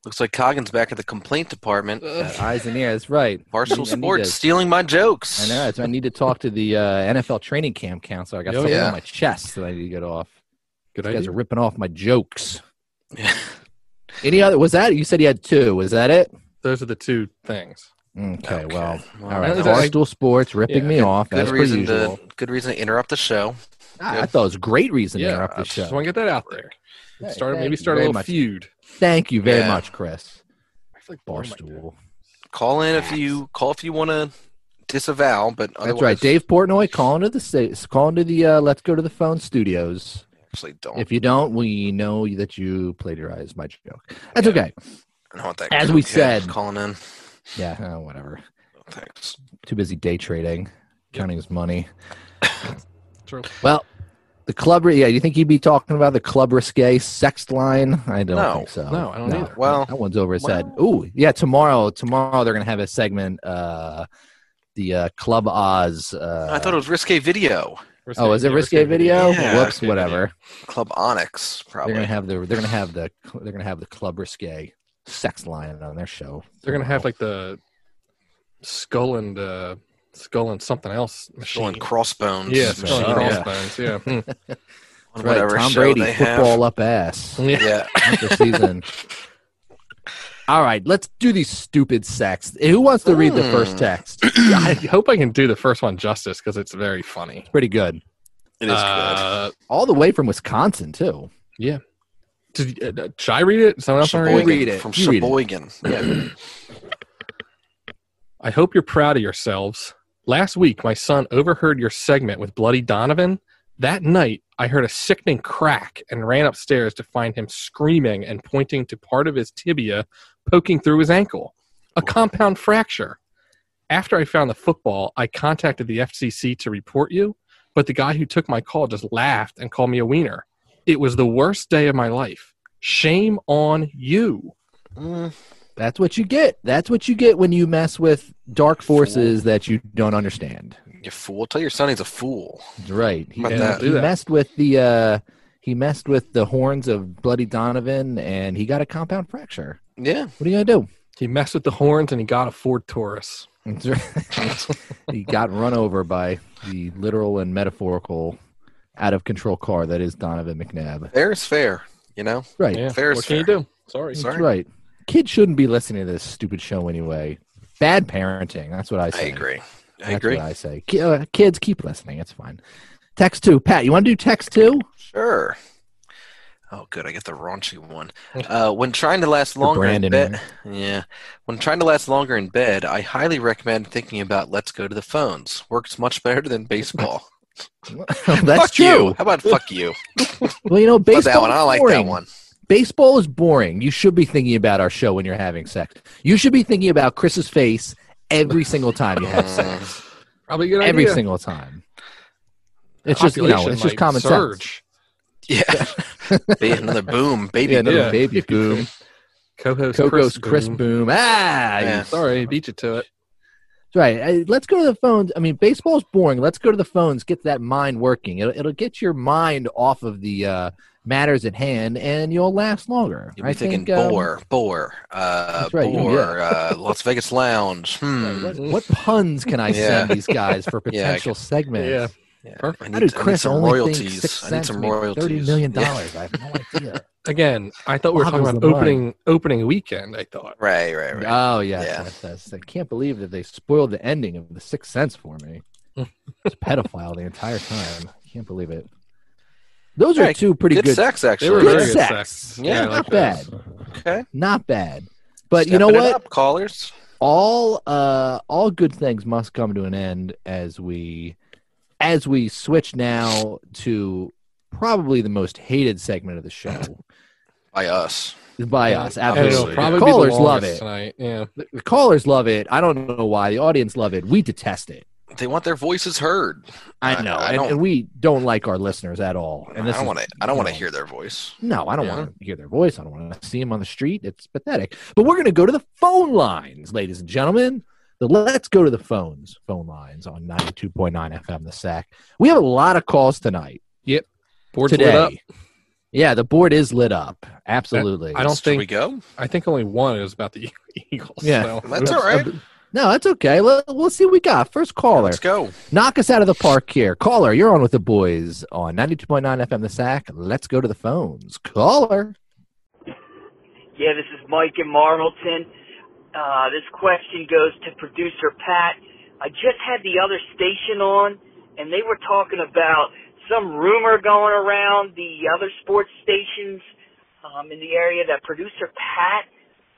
looks like Coggins back at the complaint department. Uh, eyes and ears, right? I need- I Barstool need Sports to- stealing my jokes. I know. that's- I need to talk to the uh, NFL training camp counselor. I got Oh, something yeah. on my chest that I need to get off. Good You guys idea. are ripping off my jokes. Yeah. Any other? Was that you said you had two? Was that it? Those are the two things. Okay. Okay. Well, Well, all right. that was- Barstool Sports ripping Yeah. me off. Good as per reason usual. to good reason to interrupt the show. Ah, I thought it was great reason to yeah, interrupt I the just show. want to get that out there. Hey, Start thank maybe you start a very little much. feud. Thank you very Yeah. much, Chris. I feel like- oh my Barstool. Call in if you call if you want to disavow, but That's otherwise, right. Dave Portnoy calling to the sta- calling to the uh, Let's Go to the Phone Studios. actually Oh. don't. If you don't, we know that you plagiarized my joke. That's Yeah. okay. I don't want that as we kid said- calling in. Yeah, uh, whatever. Thanks. Too busy day trading, counting his money. True. Well, the club. Yeah, you think he'd be talking about the club risque sex line? I don't No. think so. No, I don't either. Well, that one's over his head. well- Ooh, yeah. Tomorrow, tomorrow they're gonna have a segment. Uh, the uh, Club Oz. Uh, I thought it was risque video. oh, is it yeah, risque video? Yeah, Whoops, risque whatever. Club Onyx, They're probably. gonna have the. They're gonna have the. They're gonna have the Club Risque sex line on their show. They're gonna have like the skull and uh, skull and something else machine. Showing crossbones. yeah, Machine. skull and Oh, yeah. crossbones. Yeah. Hmm. On That's right, whatever Tom show Brady they have. football up ass. Hmm. Yeah. Yeah. this season. All right, let's do these stupid sacks. Who wants to read the first Hmm. text? I hope I can do the first one justice because it's very funny. Pretty good. It is good. Uh, All the way from Wisconsin too. Did, uh, should I read it? Someone else want to read read Sheboygan, it? it. From You read it. Sheboygan. Yeah. I hope you're proud of yourselves. Last week, my son overheard your segment with Bloody Donovan. That night, I heard a sickening crack and ran upstairs to find him screaming and pointing to part of his tibia poking through his ankle, a compound fracture. After I found the football, I contacted the FCC to report you, but the guy who took my call just laughed and called me a wiener. It was the worst day of my life. Shame on you. Mm, That's what you get. That's what you get when you mess with dark forces that you don't understand. you fool. Tell your son he's a fool. Right. He, But he- that- he do that. messed with the uh, he messed with the horns of Bloody Donovan, and he got a compound fracture. Yeah. What are you gonna do? He messed with the horns and he got a Ford Taurus. That's right. he got run over by the literal and metaphorical out of control car that is Donovan McNabb. Fair is fair, you know? Right. Yeah. Fair is what can you fair. do? Sorry. That's sorry. right. Kids shouldn't be listening to this stupid show anyway. Bad parenting. That's what I I say. agree. I That's agree. what I say. Ki- uh, kids, keep listening. It's fine. Text two. Pat, you want to do text two? Sure. Oh, good. I get the raunchy one. Uh, when trying to last For longer Brandon. in bed, yeah. When trying to last longer in bed, I highly recommend thinking about "Let's Go to the Phones." Works much better than baseball. That's fuck true. you. How about fuck you? Well, you know, Love baseball. that one. I is like boring. that one. Baseball is boring. You should be thinking about our show when you're having sex. You should be thinking about Chris's face every single time you have sex. Mm, Probably a good every idea. single time. It's just you know, Population it's just might common sense. surge. yeah. Be another boom, baby. Yeah, another Yeah. baby boom, Co-host Coco's Chris, Chris Boone. boom. Ah, Yeah. you- Sorry, beat you to it. that's right. Uh, Let's go to the phones. I mean, baseball's boring. Let's go to the phones. Get that mind working. It'll, it'll get your mind off of the uh, matters at hand, and you'll last longer. You'll be I thinking think, um, bore, bore, uh, That's right, you- bore, uh, Las Vegas Lounge. right, Hmm. what, what puns can I send Yeah. these guys for Yeah, I potential segments? Yeah. Yeah. Perfect. I How need, did I need Chris some only royalties. think six I need cents some make royalties. thirty million Yeah. dollars? I have no idea. Again, I thought we were talking Boggles about the mind. opening opening weekend. I thought. Right, right, right. Oh yes, Yeah. yes, yes. I can't believe that they spoiled the ending of The Sixth Sense for me. It's pedophile the entire time. Can't believe it. Those are Hey, two pretty good, good, sex, actually. They were Good very good sex. sex. Yeah, I not like bad, those. Okay. not bad. But you know Stepping it what? up, callers. all uh all good things must come to an end as we as we switch now to probably the most hated segment of the show By us. by us. And it'll Absolutely, probably the be the callers love longest it. Tonight. Yeah. The- The callers love it. I don't know why. The audience love it. We detest it. They want their voices heard. I I- know, I and, don't- and we don't like our listeners at all. And I this don't is, want to. I don't want to no. hear their voice. no, I don't Yeah. want to hear their voice. I don't want to see them on the street. It's pathetic. But we're going to go to the phone lines, ladies and gentlemen. The let's go to the phones, phone lines on ninety-two point nine FM. The sack. We have a lot of calls tonight. Boards today, lit up. yeah, the board is lit up. Absolutely. I don't Should we think. go? I think only one is about the Eagles. Yeah. so- That's all uh, right. No, that's okay. Let, let's see what we got. First caller. Let's go. Knock us out of the park here. Caller, you're on with the boys on 92.9 FM The Sack. Let's go to the phones. Caller. Yeah, this is Mike in Marlton. Uh, this question goes to producer Pat. I just had the other station on, and they were talking about some rumor going around the other sports stations um, in the area that producer Pat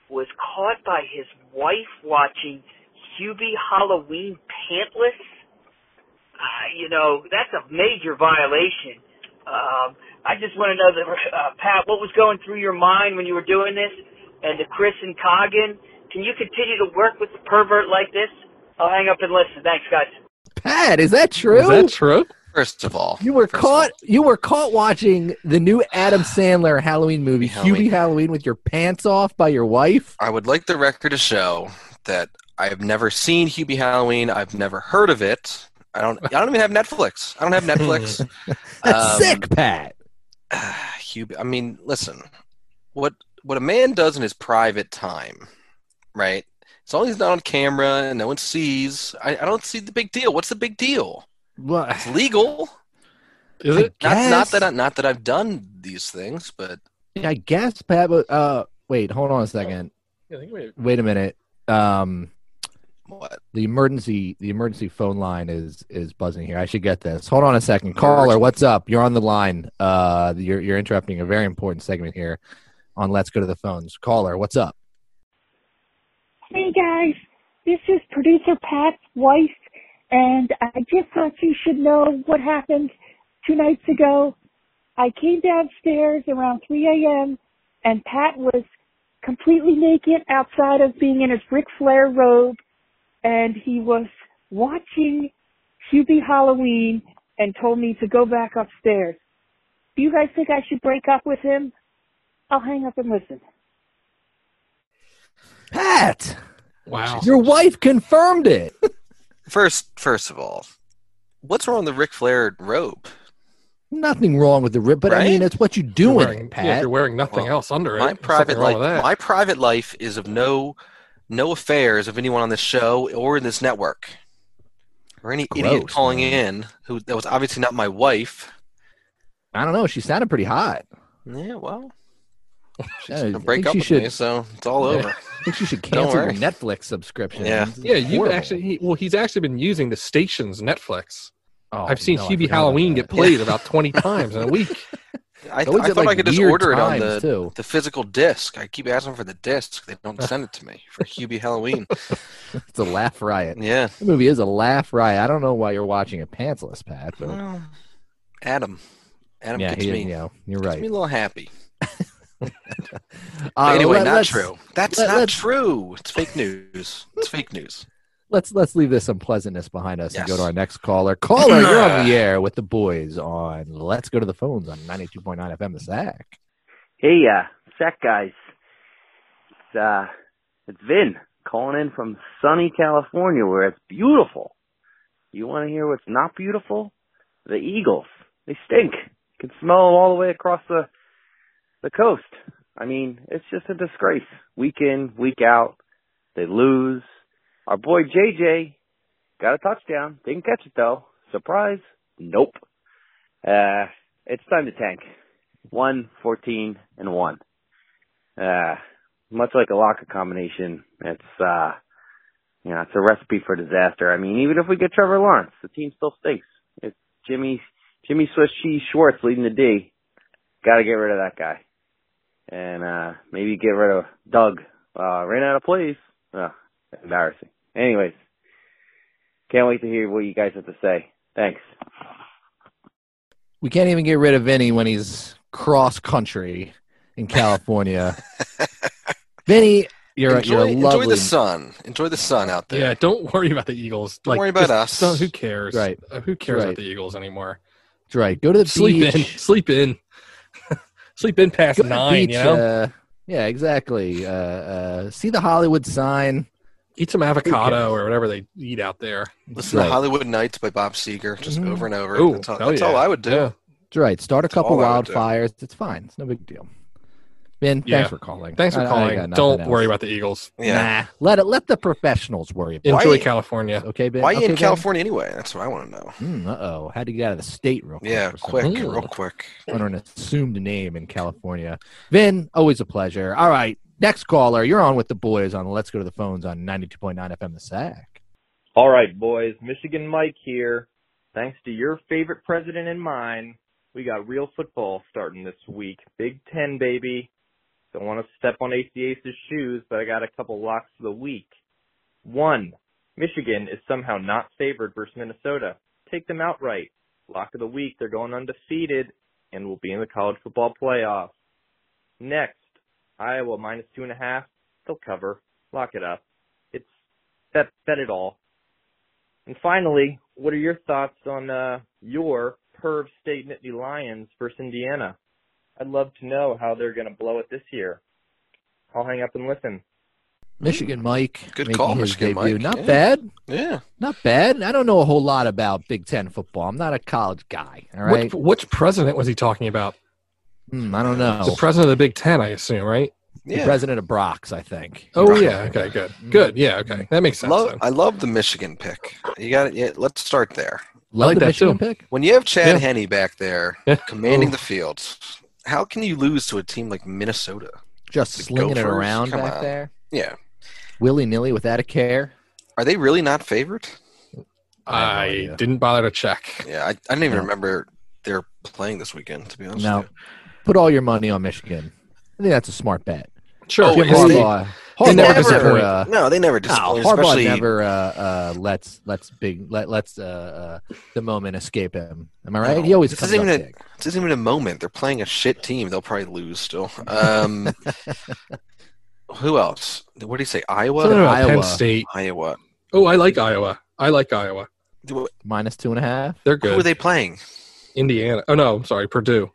was caught by his wife watching Hubie Halloween Campless, uh, you know, that's a major violation. Um, I just want to know, that, uh, Pat, what was going through your mind when you were doing this? And to Chris and Coggin, can you continue to work with a pervert like this? I'll hang up and listen. Thanks, guys. Pat, is that true? Is that true? First of all, You were first of caught. You were caught watching the new Adam Sandler Halloween movie, Halloween. Hubie Halloween, with your pants off by your wife. all, I would like the record to show that I have never seen Hubie Halloween. I've never heard of it. I don't. I don't even have Netflix. I don't have Netflix. That's Um, sick, Pat. Hubie. I mean, listen. What what a man does in his private time, right? As long as he's not on camera and no one sees, I, I don't see the big deal. What's the big deal? Well, It's legal. Is I it? Not, not guess- that I, not that I've done these things, but I guess Pat. But uh, wait, hold on a second. I think we- Wait a minute. Um, what? the emergency the emergency phone line is is buzzing here. I should get this. Hold on a second, caller. What's up? You're on the line. Uh, you're you're interrupting a very important segment here on Let's Go to the Phones. Caller, what's up? Hey guys, this is producer Pat Weiss, and I just thought you should know what happened two nights ago. I came downstairs around 3 a.m., and Pat was completely naked outside of being in his Ric Flair robe, and he was watching Hubie Halloween and told me to go back upstairs. Do you guys think I should break up with him? I'll hang up and listen. Pat, Wow. your wife confirmed it. First, first of all, what's wrong with the Ric Flair robe? Nothing wrong with the rib, but I Right? mean, it's what you do You're in wearing, it, Pat. yeah, if you're wearing nothing Well, else under it. my there's private nothing wrong life, with that. my private life is of no no affairs of anyone on this show or in this network, or any idiot Gross, calling man. in who that was obviously not my wife. I don't know. She sounded pretty hot. Yeah, well, she's Yeah, I gonna break think up she with me, should- so it's all Yeah. over. I think she should Don't cancel her worry. Netflix subscription. Yeah. This is Yeah, you horrible. actually. He, well, he's actually been using the station's Netflix. Oh, I've seen no, I forgot Hubie about Halloween that. get played about twenty times in a week. I, It's th- always I at, thought like, I could just weird order it on times, the too. the physical disc. I keep asking for the disc. They don't send it to me for Hubie Halloween. It's a laugh riot. Yeah, The movie is a laugh riot. I don't know why you're watching it pantsless, Pat. But Well, Adam, Adam yeah, Mm, gets he- me. yeah, you're Gets me right. a little happy. Uh, anyway, let- not let's- true. That's let- not let's- true. It's fake news. It's fake news. Let's let's leave this unpleasantness behind us and go Yes. to our next caller. Caller, you're on the air with the boys on. Let's go to the phones on 92.9 FM. The sack. Hey, uh, Sack guys. It's, uh, it's Vin calling in from sunny California where it's beautiful. You want to hear what's not beautiful? The Eagles. They stink. You can smell them all the way across the, the coast. I mean, it's just a disgrace. Week in, week out. They lose. Our boy JJ got a touchdown. Didn't catch it though. Surprise. Nope. Uh, it's time to tank one, fourteen, and one. Uh, much like a locker combination, it's uh, you know, it's a recipe for disaster. I mean, even if we get Trevor Lawrence, the team still stinks. It's Jimmy Jimmy Swiss Cheese Schwartz leading the D. Got to get rid of that guy, and uh, maybe get rid of Doug. Uh, ran out of plays. Ugh, embarrassing. Anyways, can't wait to hear what you guys have to say. Thanks. We can't even get rid of Vinny when he's cross country in California. Vinny, you're, enjoy, you're a enjoy lovely. the sun. Enjoy the sun out there. yeah, don't worry about the Eagles. Don't Like, worry about just us. don't- who cares? Right. Uh, Who cares Right. about the Eagles anymore? That's right. Go to the Sleep in. beach. Sleep in. sleep in past Go to the nine. beach, you know, uh, yeah, exactly. Uh, uh, see the Hollywood sign. eat some avocado or whatever they eat out there. Listen Right. to Hollywood Nights by Bob Seger just Mhm. over and over. Ooh, that's all, hell that's yeah. all I would do. Yeah. That's right. Start a couple all I would do. wildfires. It's fine. It's no big deal. Vin, Yeah. thanks for calling. Thanks for I- I calling. got nothing don't else. worry about the Eagles. Yeah. Nah, let it. Let the professionals worry about. Enjoy Why- California. it. Okay, Ben. Why you okay, in Ben? California anyway? That's what I want to know. Hmm, uh-oh. Had to get out of the state real quick. Yeah, for some quick, reason. real quick. under an assumed name in California. Vin, always a pleasure. All right, next caller, you're on with the boys on Let's Go to the Phones on 92.9 FM The Sack. All right, boys. Michigan Mike here. Thanks to your favorite president and mine, we got real football starting this week. Big Ten, baby. Don't want to step on ACA's shoes, but I got a couple locks of the week. One, Michigan is somehow not favored versus Minnesota. Take them outright. Lock of the week. They're going undefeated and will be in the college football playoff. Next, Iowa minus two and a half. They'll cover. Lock it up. It's bet bet it all. And finally, what are your thoughts on uh, your Perv State Nittany Lions versus Indiana? I'd love to know how they're going to blow it this year. I'll hang up and listen. Michigan Mike. Good making call, his Michigan debut. Mike. Not Yeah. bad. Yeah. Not bad. I don't know a whole lot about Big Ten football. I'm not a college guy. All right. Which, which president was he talking about? Hmm, I don't know. The president of the Big Ten, I assume, right? The Yeah. president of Brock's, I think. Oh yeah. Okay. Good. Good. Yeah. Mm. Okay. That makes sense. Love, then. I love the Michigan pick. You got it. Yeah, let's start there. Love like the that Michigan too. pick. When you have Chad Yeah. Henney back there Yeah. commanding the field, how can you lose to a team like Minnesota? Just The slinging it Gophers? around Come back on. there, Yeah. willy nilly, without a care. Are they really not favored? I have no I idea. didn't bother to check. Yeah, I, I didn't even No. remember they're playing this weekend, to be honest No, with you. put all your money on Michigan. I think that's a smart bet. Sure. Oh, Jim is they- Harbaugh. they Harbaugh never never. disappoint. Uh, No, they never no, disappoint. Harbaugh especially, never uh, uh, lets lets big let lets uh, uh, the moment escape him. Am I right? No, he always this comes isn't up even a- big. It's isn't even a moment. They're playing a shit team. They'll probably lose still. Um, who else? What do you say? Iowa? Something about Iowa. Penn State. Iowa. Oh, I like Iowa. I like Iowa. Do- Minus two and a half. They're Who are good. they playing? Indiana. Oh no, I'm sorry, Purdue.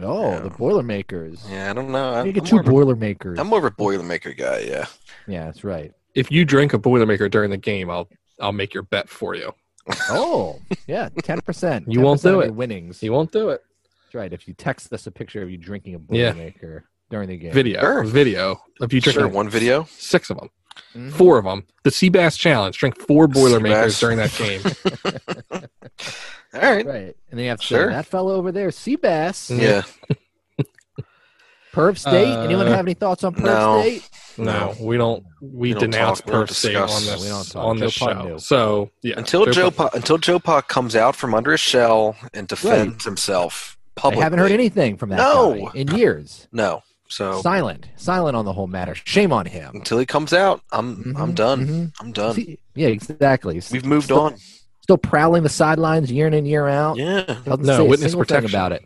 Oh, the Boilermakers. Yeah, I don't know. I'm, You get I'm two more of a- Boilermakers. I'm more of a Boilermaker guy, yeah. yeah, that's right. If you drink a Boilermaker during the game, I'll I'll make your bet for you. Oh, yeah, ten percent. You won't do of it. Your winnings. You won't do it. That's right. If you text us a picture of you drinking a Yeah. Boilermaker during the game, Video. Sure. Video. If you drink Sure, one video. six of them, Mhm. four of them, the Seabass Challenge. Drink four Boilermakers Seabass. during that game. All right. right, and then you have to Sure. say that fellow over there, Mm. Seabass, Yeah. Perv State. Anyone Uh, have any thoughts on Perv no. State? No, we don't. We, We don't denounce talk, we don't Perf State on discuss. this We don't talk. on Joe this Pond show. knew. So yeah, Until Joe Pond- pa- until Joe Pa comes out from under his shell and defends himself I publicly. haven't heard anything from that No. guy in years. No. So Silent, silent on the whole matter. Shame on him. until he comes out, I'm I'm Mhm, done. mhm. I'm done. See- yeah, exactly. He's Um, We've moved still, on. Still prowling the sidelines year in and year out. Yeah. Doesn't say No, a witness single thing protection. about it.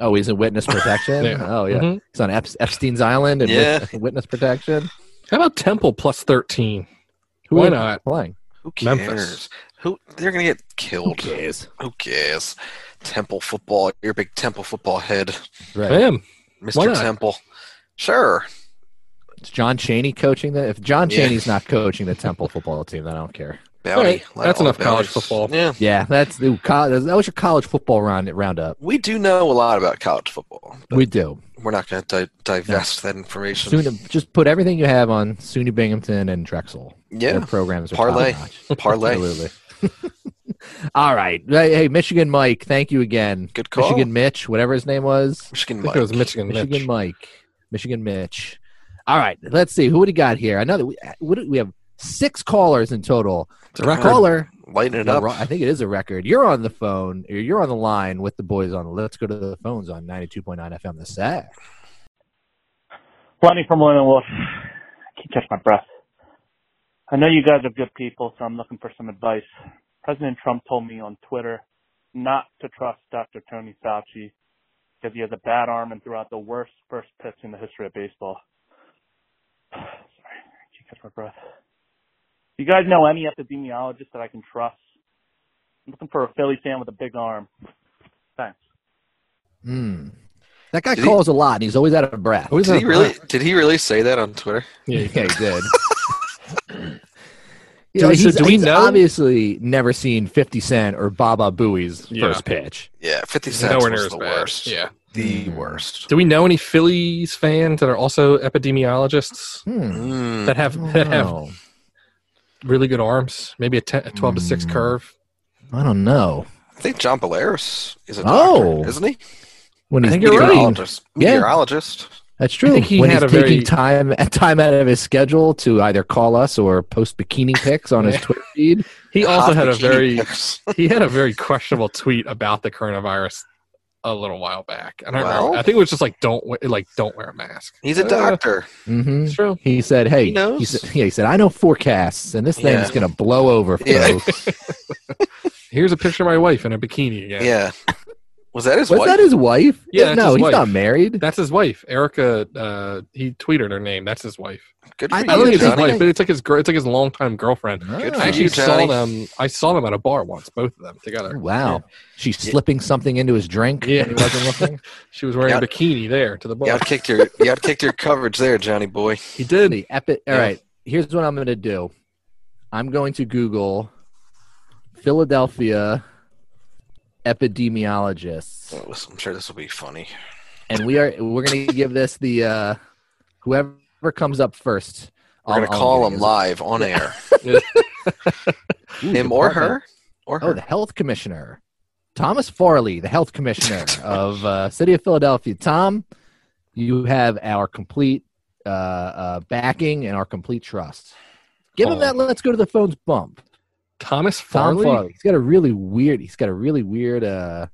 Oh, he's in witness protection. Yeah. Oh, yeah. Mhm. He's on Ep- Epstein's Island and Yeah. witness, witness protection. How about Temple plus thirteen? Who Why are they not? playing? Who cares? Memphis. Who they're gonna get killed. Who cares? Yes, Temple football, your big temple football head. right. I am. Mr. Why not? Temple. Sure. It's John Cheney coaching the. If John Yeah. Cheney's not coaching the Temple football team, then I don't care. Bounty. All right, Let that's all the enough college bounties- football. Yeah. Yeah, that's the college. That was your college football round roundup. We do know a lot about college football. But We do. we're not going to di- divest that information. SUNY, just put everything you have on SUNY Binghamton and Drexel. Their yeah, programs are Parlay. top-notch. parlay. Absolutely. All right. Hey, hey, Michigan Mike, thank you again. Good call. Michigan Mitch, whatever his name was. Michigan I think Mike. it was Michigan. Michigan Michigan. Mike. Michigan Mitch. All right. Let's see. Who do we got here? Another. We, what do- we have six callers in total. It's a record. Caller. Lighten it you're up. ro- I think it is a record. You're on the phone. or You're on the line with the boys on. Let's go to the phones on 92.9 FM. The sack. Lenny from Lone Wolf. I can't catch my breath. I know you guys are good people, so I'm looking for some advice. President Trump told me on Twitter not to trust Dr. Tony Fauci because he has a bad arm and threw out the worst first pitch in the history of baseball. Sorry, I can't catch my breath. You guys know any epidemiologist that I can trust? I'm looking for a Philly fan with a big arm. Thanks. Hmm. That guy Did he- calls a lot, and he's always out of breath. Who is Did that? he really? Did he really say that on Twitter? Yeah, you Yeah, he did. we- so he's, do we he's know? obviously never seen 50 Cent or Baba Booey's Yeah. first pitch. Yeah, Fifty It's Cent nowhere near was as the bad. worst. Yeah. the Hmm. Mm. worst. Do we know any Phillies fans that are also epidemiologists Hmm. Oh. Mm. that have I don't that have know. really good arms? Maybe a, 10, a twelve to six Hmm. curve. I don't know. I think John Bolaris is a doctor, Oh. isn't he? When he's think you're right. taking, Meteorologist. Yeah. Meteorologist. that's true. I think he when had he's a very- taking time time out of his schedule to either call us or post bikini pics on his Yeah. Twitter feed. He also Hot had a bikini very pics. he had a very questionable tweet about the coronavirus a little while back. And I, don't Well- remember, I think it was just like don't we- like don't wear a mask. He's a Uh, doctor. Mm-hmm. It's true. He said, "Hey, He knows. said, yeah, he said I know forecasts, and this thing's Yeah. gonna blow over, Yeah. folks. Here's a picture of my wife in a bikini again. Yeah. Was that his Was wife? that his wife? Yeah, that's no, his he's wife. not married. That's his wife, Erica. Uh, he tweeted her name. That's his wife. Good I for don't I don't you, think it's his Johnny. wife, but it's like his girl. It's like his longtime girlfriend. Good I Oh, for actually you, saw Johnny. them. I saw them at a bar once, both of them together. Wow, she's slipping something into his drink. Yeah, he wasn't looking. She was wearing Yeah. a bikini there to the bar. You outkicked your you outkicked your coverage there, Johnny boy. He did. The epic. All Yeah. right, here's what I'm gonna do. I'm going to Google Philadelphia epidemiologists, Well, I'm sure this will be funny. and we are we're gonna give this the uh, whoever comes up first. We're gonna I'll- I'll call give him you. live on air. Ooh, Him or Department- her. Or Oh, her. the health commissioner, Thomas Farley, the health commissioner of uh, City of Philadelphia. Tom, you have our complete uh, uh, backing and our complete trust. Give him Oh. that. Let's go to the phones bump. Thomas Tom Farley. Farley. He's got a really weird. He's got a really weird. Uh,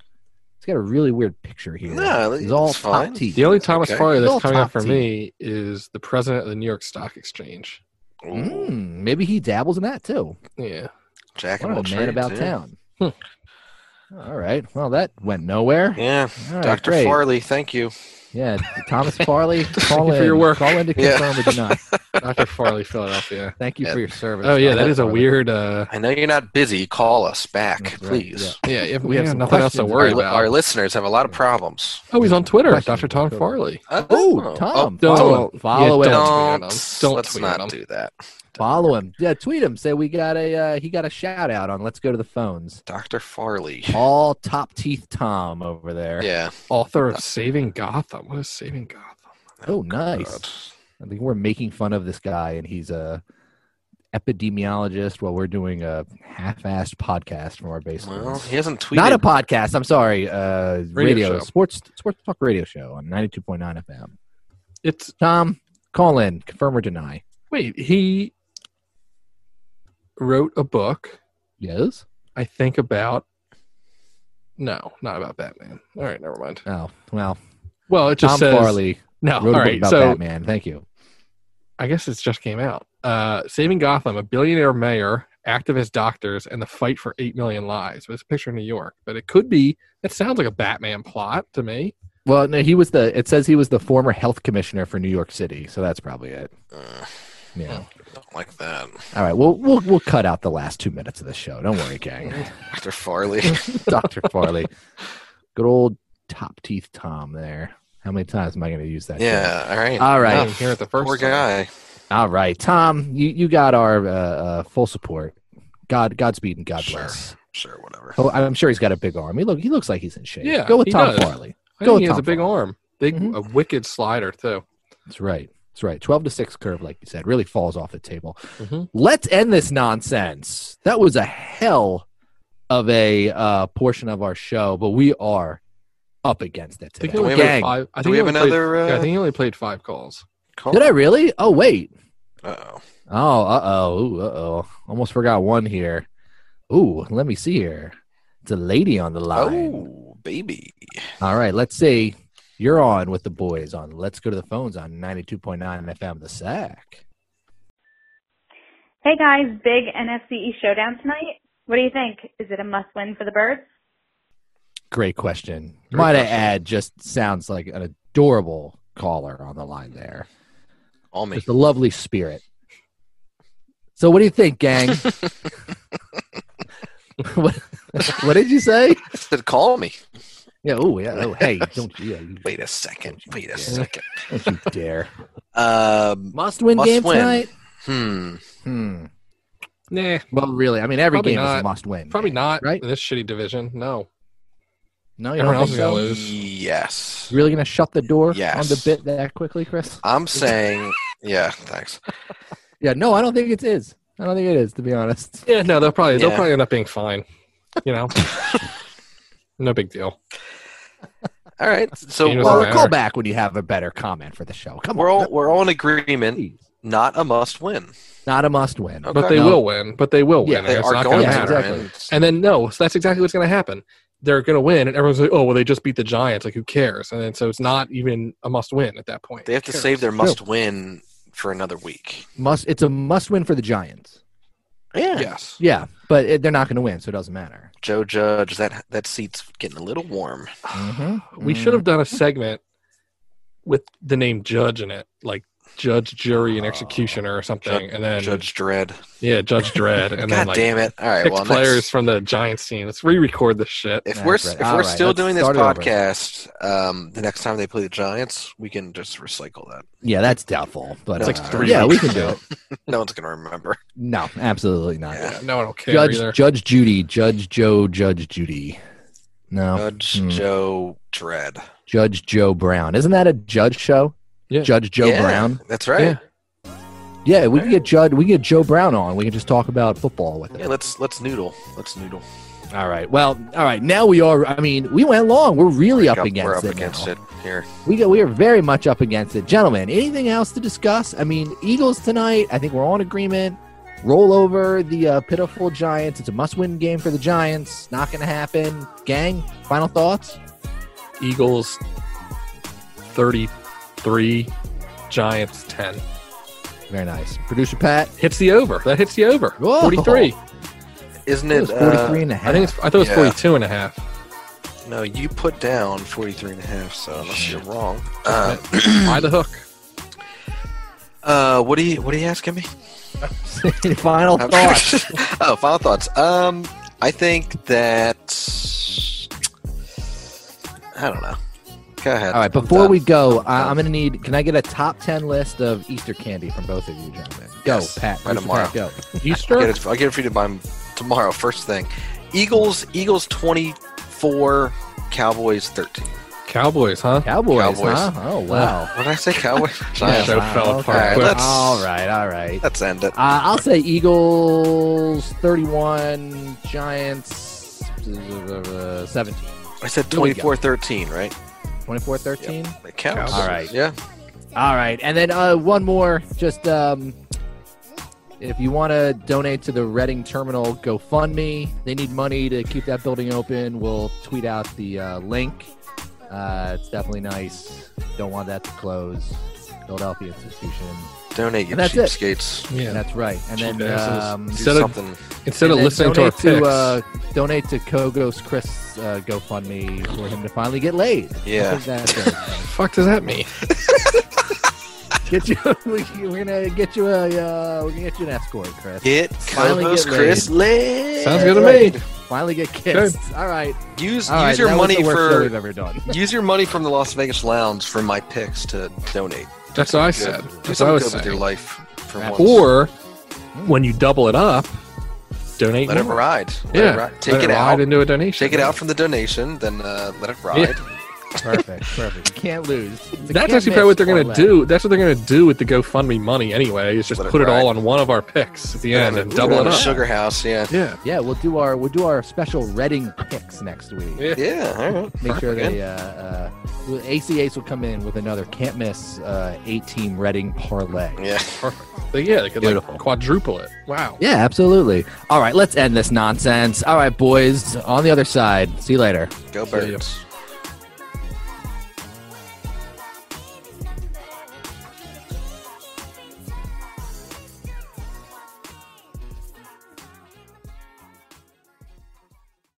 he's got a really weird picture here. No, he's all it's top fine. teeth. The only Thomas Okay. Farley Little that's coming top up for team. me is the president of the New York Stock Exchange. Ooh, Mm, maybe he dabbles in that too. Yeah. Jack of What all a man trades. about yeah. town. Hmm. All right. Well, that went nowhere. Yeah, All right, Doctor great. Farley, thank you. Yeah, Thomas Farley, call you in. for your work. Call in to Yeah. confirm or deny. Dr. Farley, Philadelphia. Thank you Yeah. for your service. Oh yeah, Dr. that is a Farley. weird uh I know you're not busy. Call us back, That's right, please. yeah. yeah, if We we have have some nothing else to questions worry Our, li- about. our listeners have a lot of problems. oh, he's on Twitter, Questions Dr. Tom about- Farley. Oh, Tom, don't- follow him. yeah, Follow him. don't- Oh, Don't, tweet at 'em. Don't let's tweet not at 'em. do that. Follow him. Yeah, tweet him. Say we got a uh, he got a shout out on. Let's go to the phones. Doctor Farley. All top teeth, Tom over there. Yeah. Author of Saving Gotham. What is Saving Gotham? Oh, nice. God. I think we're making fun of this guy, and he's a epidemiologist while we're doing a half-assed podcast from our basement. Well, he hasn't tweeted. Not a podcast. I'm sorry. Uh, radio, show. sports sports talk radio show on 92.9 FM. It's Tom, call in. Confirm or deny. wait, he wrote a book, Yes. I think about no, not about Batman. All right, never mind. Oh well. Well, it just Tom says Farley no. wrote a all book right, about so Batman. Thank you. I guess it's just came out. Uh, Saving Gotham, a billionaire mayor, activist doctors, and the fight for eight million lives. It's a picture of New York, but it could be. That sounds like a Batman plot to me. Well, no, he was the. It says he was the former health commissioner for New York City, so that's probably it. Uh, Yeah. don't like that. All right. Well, we'll we'll cut out the last two minutes of the show. Don't worry, gang. Doctor Farley. Doctor Farley, good old top teeth Tom. There. How many times am I going to use that? joke? yeah. All right. All I right. didn't hear it the first Ah, Poor time. guy. All right, Tom, you, you got our uh, uh, full support. God, Godspeed and God Sure. bless. Sure. Whatever. Oh, I'm sure he's got a big arm. He look, he looks like he's in shape. Yeah, go with he Tom does. Farley. I Go think with he has a Tom big Farley. arm, big, Mhm. a wicked slider too. That's right. That's right. Twelve to six curve, like you said, really falls off the table. Mhm. Let's end this nonsense. That was a hell of a uh, portion of our show, but we are up against it I today. think he only we have played Gang, five. I Do think we he have only played- another? Uh, yeah, I think he only played five calls. call? did I really? Oh wait. Uh-oh. Oh, uh oh, uh oh. Almost forgot one here. Ooh, let me see here. It's a lady on the line. Oh, baby. All right, let's see. You're on with the boys on Let's Go to the Phones on 92.9 FM, the sack. Hey guys, big NFCE E showdown tonight. What do you think? Is it a must win for the birds? Great question. Great Might I question. add, just sounds like an adorable caller on the line there. Call me. Just a lovely spirit. So, what do you think, gang? what, what did you say? I said, call me. Yeah, oh, yeah. Oh, hey, don't, yeah, you, Wait a second. Wait a Yeah. second. don't you dare. Um. Must win Must game win. tonight? Hmm. Hmm. Nah, Well, really, I mean, every Probably game is a not. must win. probably not. Right? In this shitty division, no. No, you Everyone don't else think is gonna so? lose. Yes. Really gonna shut the door Yes. on the bit that quickly, Chris? I'm saying. Yeah. Thanks. Yeah, no, I don't think it is. I don't think it is, to be honest. Yeah, no, they'll probably Yeah. they'll probably end up being fine. You know, no big deal. All right. So Game was Well, Doesn't we're, matter. call back when you have a better comment for the show. Come we're on, all we're all in agreement. please. Not a must win. not a must win. Okay. But they No. will win. But they will Yeah, win. They and it's are not going going yeah, to to matter. exactly. win. And then no, so that's exactly what's going to happen. they're going to win, and everyone's like, "Oh, well, they just beat the Giants. Like, who cares?" And then, so it's not even a must-win at that point. They have to Who cares? save their must win for another week. Must it's a must win for the Giants. Yeah. Yes. Yeah, but it, they're not going to win, so it doesn't matter. Joe Judge, that that seat's getting a little warm. Mm-hmm. We should Mm. have done a segment with the name Judge in it, like Judge, Jury, and Executioner or something, Oh, Judge, and then Judge Dredd. yeah, Judge Dredd, and God then like damn it! All right, six well, players next, from the Giants team. Let's re-record this shit. if That's we're right. if All we're right, still let's doing this start it over. podcast, um, the next time they play the Giants, we can just recycle that. Yeah, that's doubtful, but It's uh, like three yeah, we weeks can do it. No one's gonna remember. No, absolutely not. Yeah. Yeah, no one will care Judge either. Judge Judy, Judge Joe, Judge Judy. No, Judge Hmm. Joe Dredd. Judge Joe Brown. Isn't that a judge show? Yeah. Judge Joe Yeah, Brown. That's right. Yeah. Yeah. Yeah, we can get Judge. We can get Joe Brown on. We can just talk about football with it. let's let's noodle. Let's noodle. All right. Well, all right. Now we are. I mean, we went long. We're really up, Up- against we're up it against now. it here. We get. We are very much up against it, gentlemen. Anything else to discuss? I mean, Eagles tonight. I think we're on agreement. Roll over the uh, pitiful Giants. It's a must-win game for the Giants. Not going to happen. Gang, final thoughts. Eagles thirty-three, Giants ten. Very nice, producer Pat. Hits the over. That hits the over. Whoa. Forty-three. Isn't It it? was 43 uh, and a half. I think it's, I thought it was Yeah. forty-two and a half. no, you put down 43 and a half, so unless you're wrong. Uh, By the hook. uh, what are you what are you asking me? Any final I'm- thoughts. oh, final thoughts. Um, I think that I don't know. Go ahead. All right, I'm before done. we go, I, I'm going to need. Can I get a top ten list of Easter candy from both of you, gentlemen? Go, Yes, Pat. by Producer tomorrow. Pat, go. I'll Easter. get it. I'll get it for you by tomorrow. First thing, Eagles. Eagles 24, Cowboys 13. Cowboys, huh? Cowboys, Cowboys. huh? Oh wow. What did I say? Cowboys. Giants. So Wow, fell apart okay. quick. All right, all right. Uh, Let's end it. I'll say Eagles 31, Giants uh, 17, I said Here we go. 24 13, right? 24 13. It counts. All right. Yeah. All right, and then uh, one more. Just um, if you want to donate to the Reading Terminal GoFundMe, they need money to keep that building open. We'll tweet out the uh, link. Uh, it's definitely nice. Don't want that to close. Philadelphia institution. Donate, you And that's it. cheapskates. Yeah. That's right. And Cheap then asses. um, Do Instead of- something. Instead and of then listening to our picks, uh, donate to Kogos Chris uh, GoFundMe for him to finally get laid. Yeah. I think that's it. fuck does that mean? Get you. We're gonna get you a. Uh, we're gonna get you an escort, Chris. Get Finally Carlos get laid. Chris laid. Sounds good to right. me. Finally get kissed. All right. Use All right, use your that was money the worst show we've for ever done. use your money from the Las Vegas Lounge for my picks to donate. That's what I Good. said. Do That's what I something was good with your saying. life for Wrap once. Or when you double it up, donate. let it more. ride. Let yeah, it ride. Take Let it, ride out. into a donation. Take it out from the donation, then uh, let it ride. Perfect. Perfect. You can't lose. It's a That's can't actually probably what they're miss parlay. gonna do. That's what they're gonna do with the GoFundMe money anyway. Is just Let it put it all ride. on one of our picks at the end and double Ooh, it up. Sugar House, yeah. Yeah. Yeah, we'll do our we'll do our special Reading picks next week. Yeah. Yeah, all right. Make sure they uh, uh, well, ACAs will come in with another can't miss uh, eight team Reading parlay. Yeah. Perfect. But yeah, they could Beautiful. like quadruple it. Wow. Yeah, absolutely. All right, let's end this nonsense. All right, boys, on the other side. See you later. Go ya. Birds.